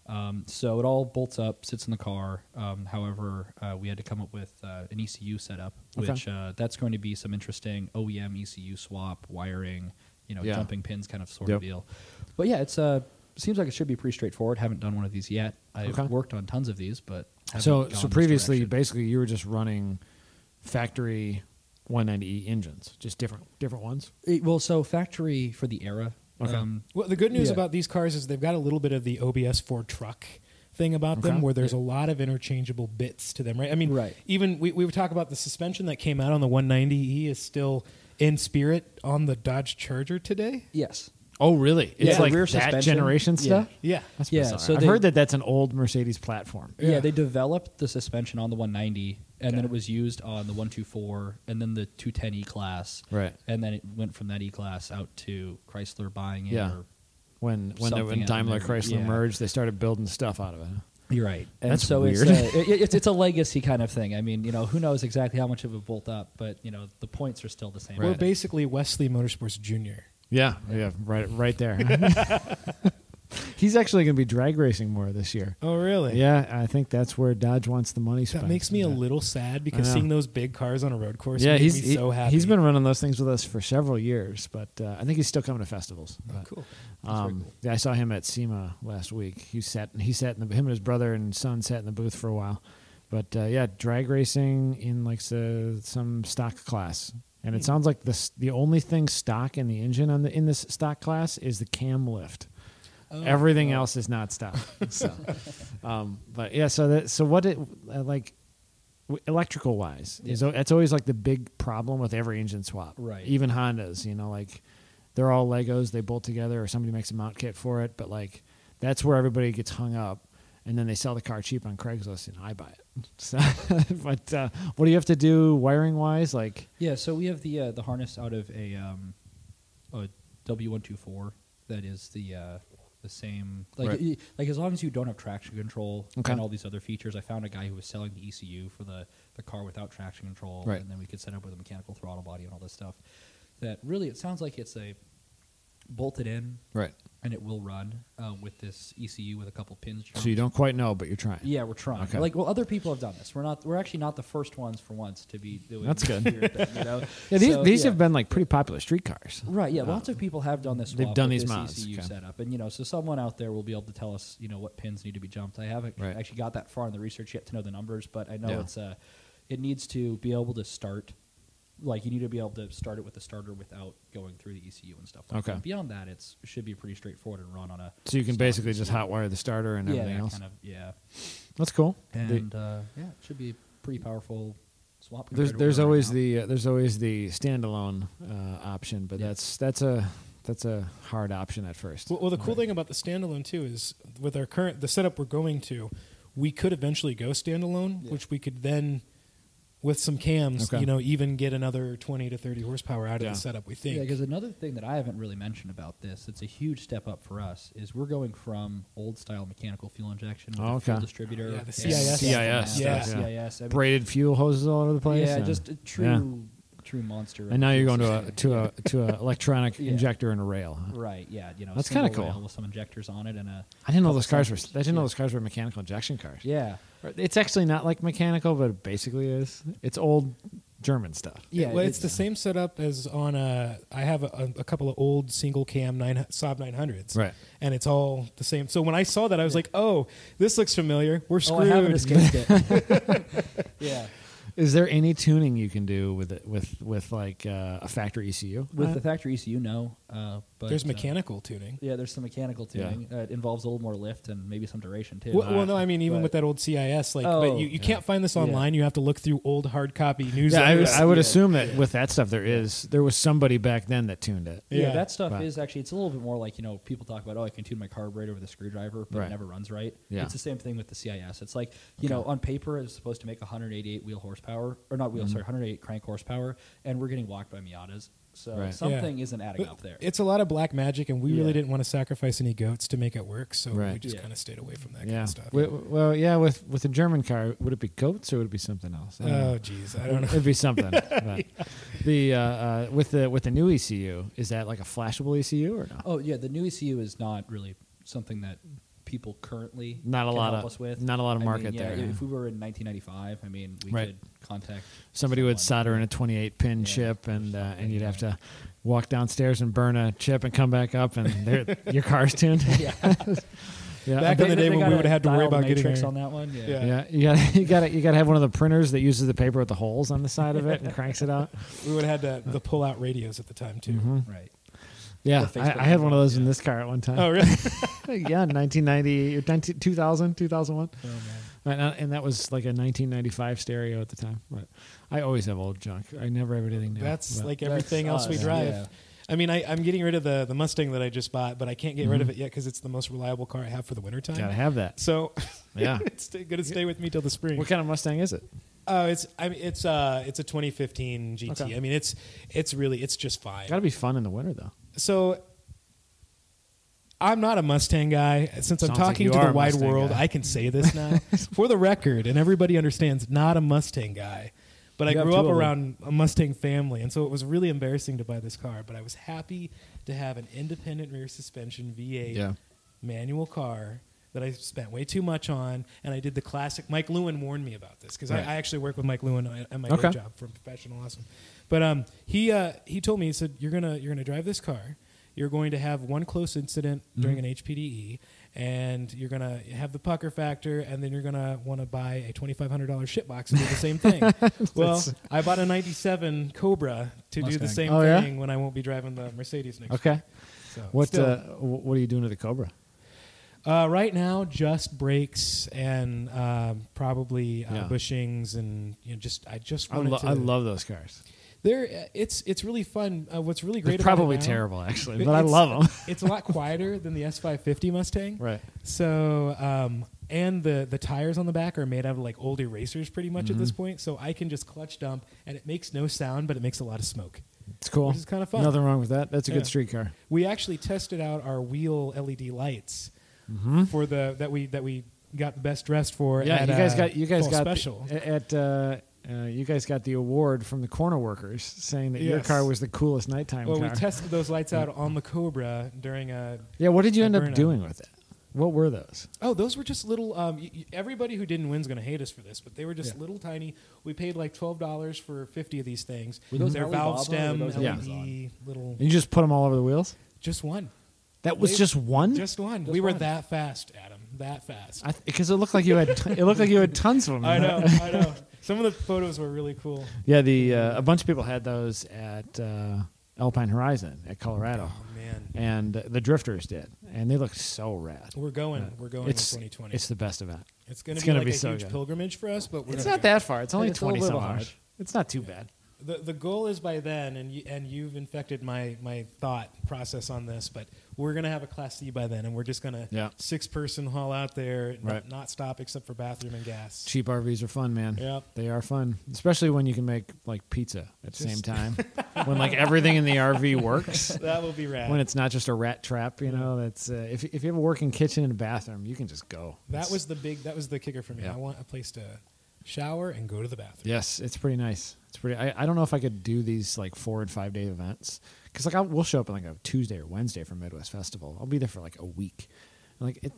C: Um, so it all bolts up, sits in the car. Um, however, uh, we had to come up with uh, an ECU setup,
A: Okay.
C: which uh, that's going to be some interesting E OEM ECU swap, wiring, you know,
A: Yeah.
C: jumping pins kind of sort
A: Yep.
C: of deal. But yeah, it's uh, seems like it should be pretty straightforward. Haven't done one of these yet. I've
A: Okay.
C: worked on tons of these, but haven't
A: So
C: gone
A: so
C: this
A: previously,
C: direction.
A: basically, you were just running factory 190e engines, just different different ones.
C: It- well, so factory for the era.
A: Okay.
C: Um,
B: Well, the good news
C: Yeah.
B: about these cars is they've got a little bit of the OBS Ford truck thing about
A: Okay.
B: them where there's a lot of interchangeable bits to them, right? I mean,
C: Right.
B: even we, we would talk about the suspension that came out on the 190E is still in spirit on the Dodge Charger today.
C: yes.
A: Oh, really? It's
C: Yeah,
A: like
C: rear
A: that
C: suspension.
A: generation
C: Yeah.
A: stuff.
B: Yeah.
A: That's
C: Yeah,
A: bizarre.
C: so
A: I've
C: they-
A: heard that that's an old Mercedes platform.
C: Yeah.
B: Yeah.
C: they developed the suspension on the 190 and then it was used on the 124 and then the 210E class.
A: Right.
C: And then it went from that E class out to Chrysler buying it.
A: Yeah.
C: Or,
A: When when, they,
C: Something
A: when
C: out of
A: Daimler
C: memory.
A: Chrysler
C: Yeah.
A: merged, they started building stuff out of it.
C: you're right. And
A: That's
C: so
A: weird.
C: It's, a, it, it's it's a legacy kind of thing. I mean, you know, who knows exactly how much of a bolt up, but you know, the points are still the same.
B: We're basically Wesley Motorsports Junior.
A: Yeah, yeah, right, right there. He's actually going to be drag racing more this year.
B: Oh, really?
A: Yeah, I think that's where Dodge wants the money
B: That
A: spent.
B: makes me a
A: Yeah.
B: little sad because
A: know.
B: seeing those big cars on a road course
A: Yeah,
B: made
A: he's
B: me
A: he,
B: so happy.
A: has been running those things with us for several years, but uh, I think he's still coming to festivals. But,
B: Oh, cool.
A: um, yeah, I saw him at SEMA last week. He sat he sat in the him and his brother and son sat in the booth for a while. But uh, yeah, drag racing in like the, some stock class, and it sounds like the s- the only thing stock in the engine on the in this stock class is the cam lift. Everything else is not stock. so, um, but yeah, so that so what it uh, like w- electrical wise is o- that's always like the big problem with every engine swap
C: Right.
A: even hondas you know like they're all legos they bolt together or somebody makes a mount kit for it but like that's where everybody gets hung up and then they sell the car cheap on craigslist and i buy it so but uh, what do you have to do wiring wise like
C: Yeah, so we have the uh, the harness out of a um, a W one two four that is the uh, the same like
A: Right.
C: y- like as long as you don't have traction control
A: Okay.
C: and all these other features. I found a guy who was selling the ECU for the the car without traction control,
A: Right.
C: and then we could set up with a mechanical throttle body and all this stuff. That really it sounds like it's a bolted in
A: right
C: and it will run uh, with this ECU with a couple pins.
A: so you
C: jumped.
A: don't quite know but you're trying
C: Yeah, we're trying.
A: Okay.
C: Like, well, other people have done this. We're not. We're actually not the first ones for once to be doing.
A: That's
C: this
A: good.
C: weird thing, you know?
A: yeah these,
C: So,
A: these
C: yeah.
A: have been like pretty popular street cars
C: Right. Yeah. Lots of people have done this.
A: they've
C: swap
A: done
C: with
A: these
C: this
A: mods,
C: ECU
A: okay.
C: setup, and you know, so someone out there will be able to tell us, you know, what pins need to be jumped. I haven't
A: Right.
C: actually got that far in the research yet to know the numbers, but I know
A: Yeah.
C: it's uh, it needs to be able to start. Like you need to be able to start it with the starter without going through the ECU and stuff. Like
A: Okay.
C: That. Beyond that, it's should be pretty straightforward and run on a.
A: so you can
C: stock
A: basically just
C: ECU.
A: hotwire the starter and
C: yeah,
A: everything
C: that
A: else
C: Kind of, yeah.
A: that's cool The-
C: And uh, yeah, it should be a pretty powerful swap. compared
A: There's
C: to what
A: there's
C: we have right
A: always
C: now.
A: the uh, there's always the standalone uh, option, but
C: Yeah.
A: that's that's a that's a hard option at first.
B: Well, well the cool thing about the standalone too is with our current the setup we're going to, we could eventually go standalone,
C: Yeah.
B: which we could then with some cams,
A: Okay.
B: you know, even get another 20 to 30 horsepower out of
A: Yeah.
B: the setup, we
C: Yeah,
B: think.
C: because another thing that I haven't really mentioned about this, it's a huge step up for us, is we're going from old style mechanical fuel injection with
A: Oh,
C: a fuel
A: okay.
C: distributor.
B: Yeah, the
C: and
B: CIS.
A: CIS
C: Yeah,
B: stuff,
A: yeah.
C: CIS. I mean,
A: Braided fuel hoses all over the place.
C: yeah,
A: and-
C: just a true, true monster. of
A: and now you're
C: fuel
A: going to a
C: system.
A: to a to a electronic
C: Yeah.
A: injector and a rail. huh?
C: right. Yeah, you know,
A: That's
C: single
A: kinda cool.
C: rail with some injectors on it and a
A: I didn't know those
C: Couple
A: cars were. I
C: cycles.
A: didn't know
C: Yeah.
A: those cars were mechanical injection cars.
C: yeah,
A: It's actually not like mechanical, but it basically is. It's old German stuff.
C: yeah.
B: well, it's the
C: it's-
B: same setup as on a. I have a, a couple of old single cam nine Saab 900s,
A: Right.
B: And it's all the same. So when I saw that, I was like, "Oh, this looks familiar. We're
C: Oh,
B: screwed."
C: I haven't escaped it. yeah,
A: Is there any tuning you can do with it with with like uh, a factory ECU?
C: with
A: Uh,
C: the factory ECU, no. Uh, but
B: There's
C: uh,
B: mechanical tuning.
C: yeah, there's some mechanical
A: Yeah.
C: tuning. Uh, it involves a little more lift and maybe some duration too. Uh,
B: Well, well, no, I mean even
C: But-
B: with that old CIS, like,
C: Oh,
B: but you, you
C: yeah.
B: can't find this
C: Yeah.
B: online. You have to look through old hard copy news.
A: Yeah, I,
B: letters.
A: I would
C: Yeah.
A: assume that with that stuff there is there was somebody back then that tuned it.
C: Yeah,
B: Yeah.
C: that stuff
A: Right.
C: is actually it's a little bit more like you know people talk about oh I can tune my carburetor with a screwdriver but
A: Right.
C: it never runs right.
A: Yeah.
C: It's the same thing with the CIS. It's like you know on paper it's supposed to make 188 wheel horsepower or not
A: Mm-hmm.
C: wheel sorry 188 crank horsepower and we're getting walked by Miatas so
A: Right.
C: something
B: Yeah.
C: isn't adding up there.
B: It's a lot of black magic, and we
C: Yeah.
B: really didn't want to sacrifice any goats to make it work, so we
A: Right.
B: just
C: Yeah.
B: kind of stayed away from that kind
A: Yeah.
B: of stuff.
A: Well, well, yeah. With with a German car, would it be goats or would it be something else? I don't know.
B: oh, jeez, I don't know.
A: It'd be something. but The uh, uh, with the with the new ECU, is that like a flashable ECU or no?
C: oh yeah, the new ECU is not really something that people currently
A: Not a
C: can
A: lot
C: help
A: of-
C: us with.
A: not a lot of
C: I mean,
A: market
C: yeah,
A: there, yeah.
C: If we were in 1995, I mean we
A: Right.
C: could contact
A: Somebody would
C: someone.
A: solder in a 28 pin
C: Yeah.
A: chip, and uh, and you'd have
C: yeah.
A: to walk downstairs and burn a chip and come back up, and there- your car's tuned.
C: Yeah.
A: yeah.
B: Back in the day
C: They- they
B: when we
C: gotta
B: would have had to worry
C: dial the
B: about getting
C: matrix
B: our-
C: on that one.
B: Yeah.
A: yeah, you got you got you got to have one of the printers that uses the paper with the holes on the side of it and cranks it out. Mm-hmm.
B: We would have had the, the pull out radios at the time too.
C: Right.
A: Yeah,
C: Or
A: I,
C: Facebook
A: I had one of
C: Live,
A: those in
C: yeah.
A: this car at one time.
B: Oh, really?
A: yeah, 1990 or 19, 2000, 2001.
C: Oh, man.
A: Right, and- uh, and that was like a 1995 stereo at the time. But I always have old junk. I never have anything new.
B: That's
A: but-
B: like everything
C: That's
B: else we
C: us,
B: drive.
C: yeah.
B: I mean, I, I'm getting rid of the, the Mustang that I just bought, but I can't get rid of it yet because it's the most reliable car I have for the wintertime.
A: gotta have that.
B: So
A: Yeah.
B: it's going to stay with me till the spring.
A: what kind of Mustang is it?
B: Oh, it's I mean it's uh it's a 2015 GT.
A: Okay.
B: I mean it's it's really it's just fine.
A: Got to be fun in the winter though.
B: so I'm not a Mustang guy. Since I'm
A: Sounds like
B: talking
A: you
B: to
A: are
B: the
A: a
B: wide
A: Mustang
B: world,
A: guy.
B: I can say this now for the record, and everybody understands. Not a Mustang guy, but
C: You
B: I
C: have
B: grew
C: two
B: up
C: of 'em.
B: around a Mustang family, and so it was really embarrassing to buy this car. But I was happy to have an independent rear suspension V8
A: Yeah.
B: manual car that I spent way too much on, and I did the classic. Mike Lewin warned me about this because
A: Right.
B: I, I actually work with Mike Lewin at at my day
A: Okay.
B: job from professional awesome. But um, he uh, he told me he said you're gonna you're gonna drive this car. You're going to have one close incident
A: Mm-hmm.
B: during an HPDE, E, and you're gonna have the pucker factor, and then you're gonna want to buy a twenty five hundred dollars shit box and do the same thing. well, I bought a '97 Cobra to do the
C: Mustang.
B: same
A: Oh, yeah?
B: thing when I won't be driving the Mercedes next. year.
A: Okay.
B: So,
A: What
B: still.
A: uh, wh- what are you doing to the Cobra?
B: Uh, right now, just brakes and um, probably uh,
A: Yeah.
B: bushings, and you know, just I just
A: I,
B: wanted
A: lo-
B: to.
A: I love those cars.
B: They're it's it's really fun. Uh, what's really
A: They're
B: great? about it
A: probably
B: now-
A: terrible actually,
B: It-
A: but I
B: it's-
A: love them.
B: it's a lot quieter than the S five fifty Mustang.
A: right.
B: So um, and the the tires on the back are made out of like old erasers, pretty much
A: Mm-hmm.
B: at this point. So I can just clutch dump, and it makes no sound, but it makes a lot of smoke.
A: It's cool.
B: Which is kinda fun.
A: Nothing wrong with that. That's a
B: Yeah.
A: good street car.
B: We actually tested out our wheel LED lights for the that we that we got best dressed for.
A: Yeah,
B: at,
A: you guys
B: uh,
A: got you guys
B: Fall
A: got
B: special.
A: the- at uh, uh, you guys got the award from the corner workers saying that your
B: Yes.
A: car was the coolest nighttime
B: Well,
A: car.
B: we tested those lights out on the Cobra during a.
A: yeah, what did you
B: a
A: end up
B: burnout.
A: doing with it? What were those?
B: Oh, those were just little. Um, y- y- everybody who didn't win's going to hate us for this, but they were just
C: Yeah.
B: little tiny. We paid like twelve dollars for fifty of these things.
C: Were those
B: They're
C: Alibaba or
B: valve
C: were
B: stem
C: those
B: LED
C: Amazon?
B: little.
A: And you just put them all over the wheels?
B: Just one.
A: That was
B: They-
A: Hmm. just one.
B: Just one.
C: Just
B: we were
C: one.
B: that fast, Adam. That fast.
A: because it looked like you had t- it looked like you had tons of them.
B: I know. I know. Some of the photos were really cool.
A: Yeah, the uh, a bunch of people had those at uh, Alpine Horizon at Colorado,
B: Oh man,
A: and the drifters did, and they looked so rad.
B: we're going. We're going in
A: It's
B: 2020.
A: it's the best event.
B: It's going to
A: It's
B: be
A: gonna
B: like
A: be
B: a
A: so
B: huge
A: good.
B: pilgrimage for us, but we're
A: It's
B: gonna
A: not
B: go.
A: that far. It's only
C: It's a little
A: twenty
C: bit
A: some
C: of a
A: hours.
C: hodge.
A: It's not too bad.
B: The the goal is by then, and you, and you've infected my my thought process on this, but we're gonna have a class C by then, and we're just gonna
A: Yeah.
B: six person haul out there, n-
A: Right.
B: not stop except for bathroom and gas.
A: Cheap RVs are fun, man.
B: Yep.
A: They are fun, especially when you can make like pizza at the same
B: Just-
A: time. when like everything in the RV works.
B: That will be rad.
A: When it's not just a rat trap,
B: Mm-hmm.
A: you know. That's uh, if if you have a working kitchen and a bathroom, you can just go.
B: that
A: It's-
B: was the big that was the kicker for me.
A: Yeah.
B: I want a place to shower and go to the bathroom.
A: Yes, it's pretty nice. It's pretty. I, I don't know if I could do these like four and five day events because like I will show up on like a Tuesday or Wednesday for Midwest Festival. I'll be there for like a week. And, like it,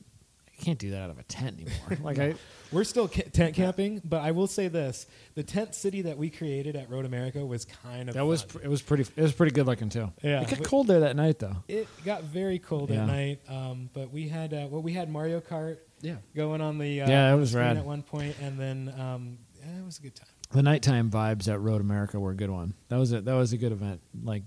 A: I can't do that out of a tent anymore. Like I,
B: We're still ca- tent camping, but I will say this: the tent city that we created at Road America was kind of
A: that was
B: fun.
A: pr- it was pretty it was pretty good looking too.
B: Yeah.
A: it got cold there that night though.
B: it got very cold
A: Yeah.
B: at night, um, but we had uh, well, we had Mario Kart
C: Yeah.
B: going on the uh,
A: Yeah, that
B: on the
A: was
B: screen
A: rad.
B: at one point, and then um, yeah, it was a good time.
A: The nighttime vibes at Road America were a good one. That was a that was a good event. Like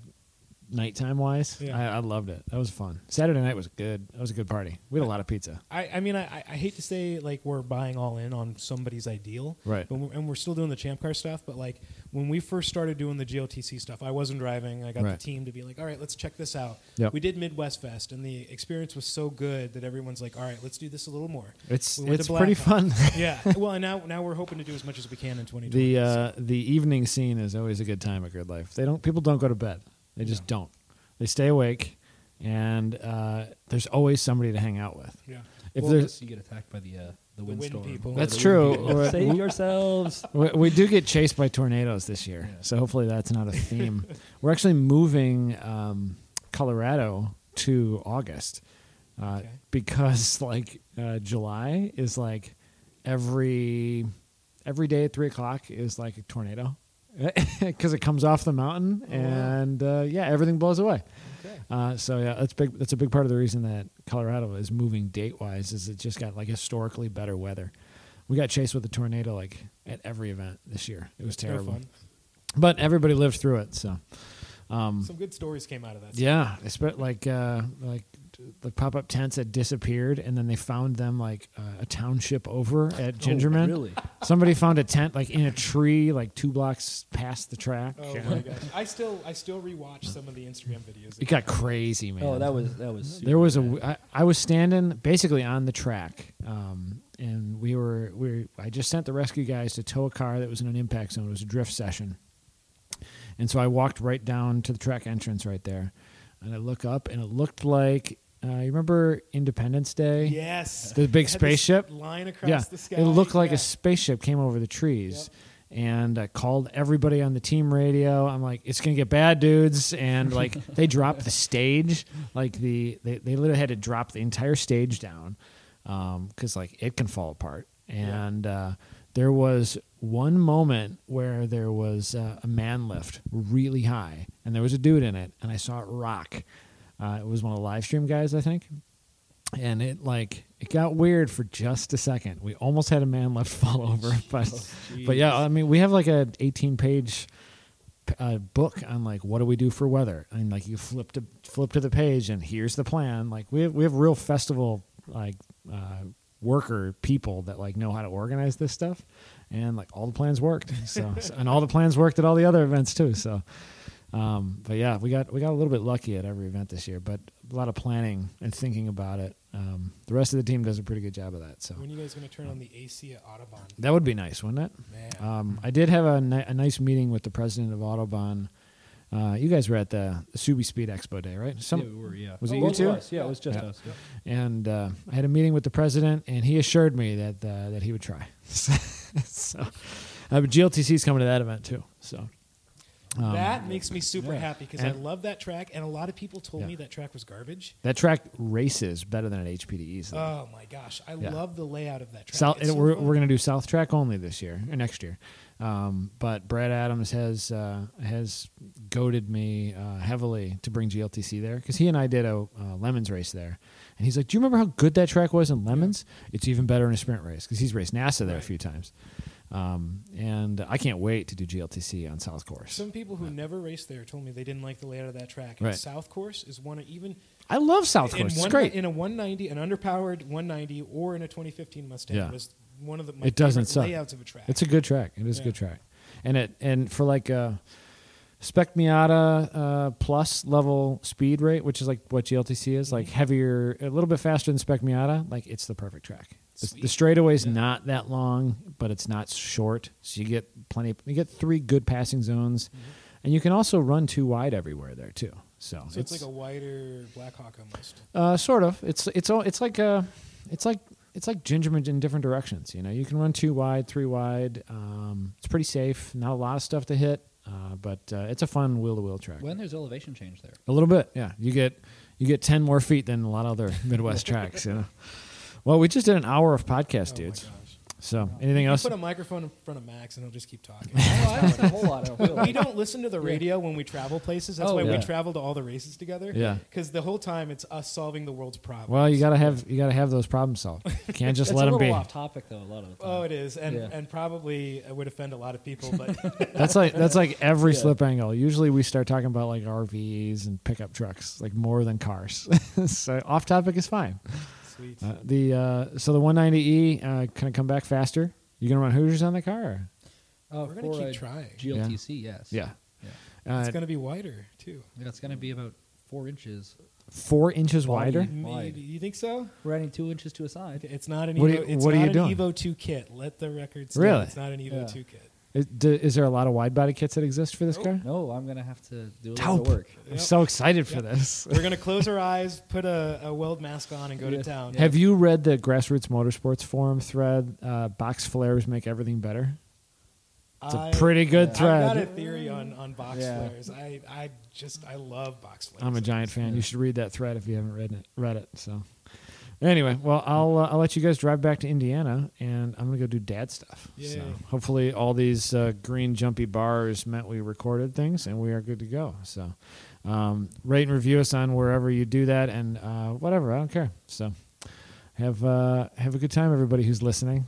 A: nighttime wise,
B: Yeah.
A: I, I loved it. That was fun. Saturday night was good. That was a good party. We had a lot of pizza.
B: I, I mean, I, I- I hate to say like we're buying all in on somebody's ideal,
A: Right.
B: But we're, and we're still doing the champ car stuff. But like when we first started doing the GLTC stuff, I wasn't driving. I got
A: Right.
B: the team to be like, all right, let's check this out.
A: Yep.
B: We did Midwest Fest, and the experience was so good that everyone's like, all right, let's do this a little more.
A: It's
B: We went to
A: it's pretty
B: Blackhawk.
A: fun.
B: yeah. Well, and now now we're hoping to do as much as we can in 2020.
A: The
B: so.
A: uh, the evening scene is always a good time at Grid Life. They don't people don't go to bed. They just don't. They stay awake, and uh, there's always somebody to hang out with.
B: yeah.
A: If
C: well,
A: there's
C: unless you get attacked by the uh, the
B: wind
C: windstorm.
B: people.
A: That's
C: The
A: true.
C: wind people.
A: Or-
C: Save yourselves.
A: we, we do get chased by tornadoes this year,
C: Yeah.
A: so hopefully that's not a theme. We're actually moving um, Colorado to August uh,
B: Okay.
A: because like uh, July is like every every day at three o'clock is like a tornado because it comes off the mountain
B: Oh, wow.
A: and uh, yeah everything blows away.
B: Okay.
A: Uh, so yeah, that's big. That's a big part of the reason that Colorado is moving date wise is it just got like historically better weather. We got chased with a tornado like at every event this year. It was
B: No
A: terrible,
B: fun.
A: but everybody lived through it. So
B: Some good stories came out of that.
A: Um, yeah, it's been like uh, like the pop up tents that disappeared and then they found them like uh, a township over at
B: Oh,
A: Gingerman.
C: really?
A: Somebody found a tent like in a tree like two blocks past the track.
B: Oh my gosh! I still I still rewatch some of the Instagram videos.
A: It got crazy, man.
C: Oh, that was that was.
A: there was a I, I was standing basically on the track um, and we were we were, I just sent the rescue guys to tow a car that was in an impact zone. It was a drift session, and so I walked right down to the track entrance right there, and I look up and it looked like uh, you remember Independence Day.
B: Yes.
A: The big
B: Had this
A: spaceship?
B: line across
A: yeah,
B: the sky.
A: it looked like
B: Yeah.
A: a spaceship came over the trees. And I called everybody on the team radio. I'm like, it's gonna get bad, dudes. And like, they dropped the stage, like the they, they literally had to drop the entire stage down, because like it can fall apart. And uh, there was one moment where there was uh, a man lift really high, and there was a dude in it, and I saw it rock. Uh, it was one of the live stream guys, I think and it like it got weird for just a second. We almost had a man left fall over, but but yeah, I mean we have like a 18 page uh, book on like what do we do for weather, and like you flip to flip to the page and here's the plan. Like we have we have real festival like uh, worker people that like know how to organize this stuff, and like all the plans worked. So, so- and all the plans worked at all the other events too. So. Um, but yeah, we got we got a little bit lucky at every event this year, but a lot of planning and thinking about it. Um, the rest of the team does a pretty good job of that. So
B: When are you guys going to turn on the AC at Audubon?
A: that would be nice, wouldn't it?
B: Man.
A: Um, I did have a, ni- a nice meeting with the president of Autobahn. Uh, you guys were at the, the Subi Speed Expo day, right? Some-
C: yeah, we were, yeah.
A: was it
C: Oh,
A: you
C: well,
A: two?
C: us. Yeah, it was just
A: Yeah.
C: us.
A: and uh, I had a meeting with the president, and he assured me that uh, that he would try. so, uh, but GLTC is coming to that event too. So, um,
B: that makes me super
C: yeah.
B: happy because I
A: And-
B: love that track, and a lot of people told
A: Yeah.
B: me that track was garbage.
A: that track races better than at HPDE's.
C: Uh,
A: though.
B: Oh my gosh, I
A: Yeah.
B: love the layout of that track.
A: South,
B: It's so
A: we're,
B: fun.
A: we're going to do South Track only this year or next year. Um, but Brad Adams has uh, has goaded me uh, heavily to bring GLTC there because he and I did a uh, Lemons race there, and he's like, "Do you remember how good that track was in Lemons? It's even better in a sprint race because he's raced NASA there a few times." Um, and I can't wait to do GLTC on South Course.
B: Some people who never raced there told me they didn't like the layout of that track.
A: Right.
B: And South Course is one of even
A: I love South
B: in,
A: Course; it's
B: one-
A: great.
B: in a 190, an underpowered 190, or in a 2015 Mustang
A: Yeah.
B: was one of the my
A: It doesn't
B: favorite
A: suck.
B: layouts of a track.
A: It's a good track. It is a
B: Yeah.
A: good track, and it and for like a spec Miata uh, plus level speed rate, which is like what GLTC is,
B: Mm-hmm.
A: like heavier, a little bit faster than spec Miata. Like it's the perfect track. The, the
B: Sweet.
A: straightaway's not that long, but it's not short, so you get plenty. you get three good passing zones,
B: Mm-hmm.
A: and you can also run too wide everywhere there too. So,
B: so it's, like a wider Blackhawk almost. Oh
A: uh, sort of. It's it's all it's like uh it's like it's like gingerman in different directions. You know, you can run two wide, three wide. Um, it's pretty safe. Not a lot of stuff to hit, uh, but uh, it's a fun wheel to wheel track.
C: When there's elevation change there.
A: A little bit, yeah. You get you get ten more feet than a lot of other Midwest tracks. You know. Well, we just did an hour of podcast,
B: Oh my
A: dudes.
B: gosh.
A: So anything
B: You
A: else?
B: put a microphone in front of Max and he'll just keep talking.
C: Not a whole lot of
B: we don't listen to the radio when we travel places. That's
C: Oh,
B: why
A: yeah.
B: we travel to all the races together.
A: Yeah.
B: Because the whole time it's us solving the world's problems.
A: Well, you gotta have you gotta have those problems solved. You can't just
C: That's
A: let
C: a
A: them
C: little
A: be.
C: off topic though. A lot of the time.
B: Oh, it is, and
C: Yeah.
B: and probably uh, would offend a lot of people, but
A: That's like that's like every
C: Yeah.
A: slip angle. Usually we start talking about like RVs and pickup trucks, like more than cars. so off topic is fine.
B: sweet.
A: Uh, the uh, so the 190e uh, kind of come back faster. You gonna run Hoosiers on the car? Or?
C: Uh,
B: We're gonna
C: for
B: keep
C: a
B: trying.
C: GLTC, yes.
A: Yeah,
C: Yeah.
A: uh,
B: it's gonna be wider too.
C: That's going to be about four inches.
A: four inches
C: Body.
A: wider.
B: M-
C: Wide.
B: You, you think so?
C: We're adding two inches to a side.
B: It's not an
A: What
B: Evo.
A: do you-
B: it's
A: what are
B: not
A: you doing?
B: an Evo two kit. Let the record stand.
A: Really?
B: It's not an Evo
C: Yeah.
B: two kit.
A: Is, do, is there a lot of wide body kits that exist for this car?
C: No, I'm going to have to do a lot
A: Taupe.
C: of work.
A: I'm so excited for
B: Yep.
A: this.
B: We're gonna close our eyes, put a, a weld mask on, and go
C: Yeah.
B: to town.
A: Have you read the Grassroots Motorsports forum thread? Uh, box flares make everything better. It's a
B: I-
A: pretty good
C: yeah.
B: I've
A: thread.
B: got a theory on, on box
C: Yeah.
B: flares. I, I just I love box flares.
A: I'm a giant fan. You should read that thread if you haven't read it. Read it. So, anyway, well, I'll uh, I'll let you guys drive back to Indiana, and I'm gonna go do dad stuff. So
B: Yay.
A: hopefully, all these uh, green jumpy bars meant we recorded things, and we are good to go. So, um, rate and review us on wherever you do that, and uh, whatever. I don't care. So, have uh, have a good time, everybody who's listening.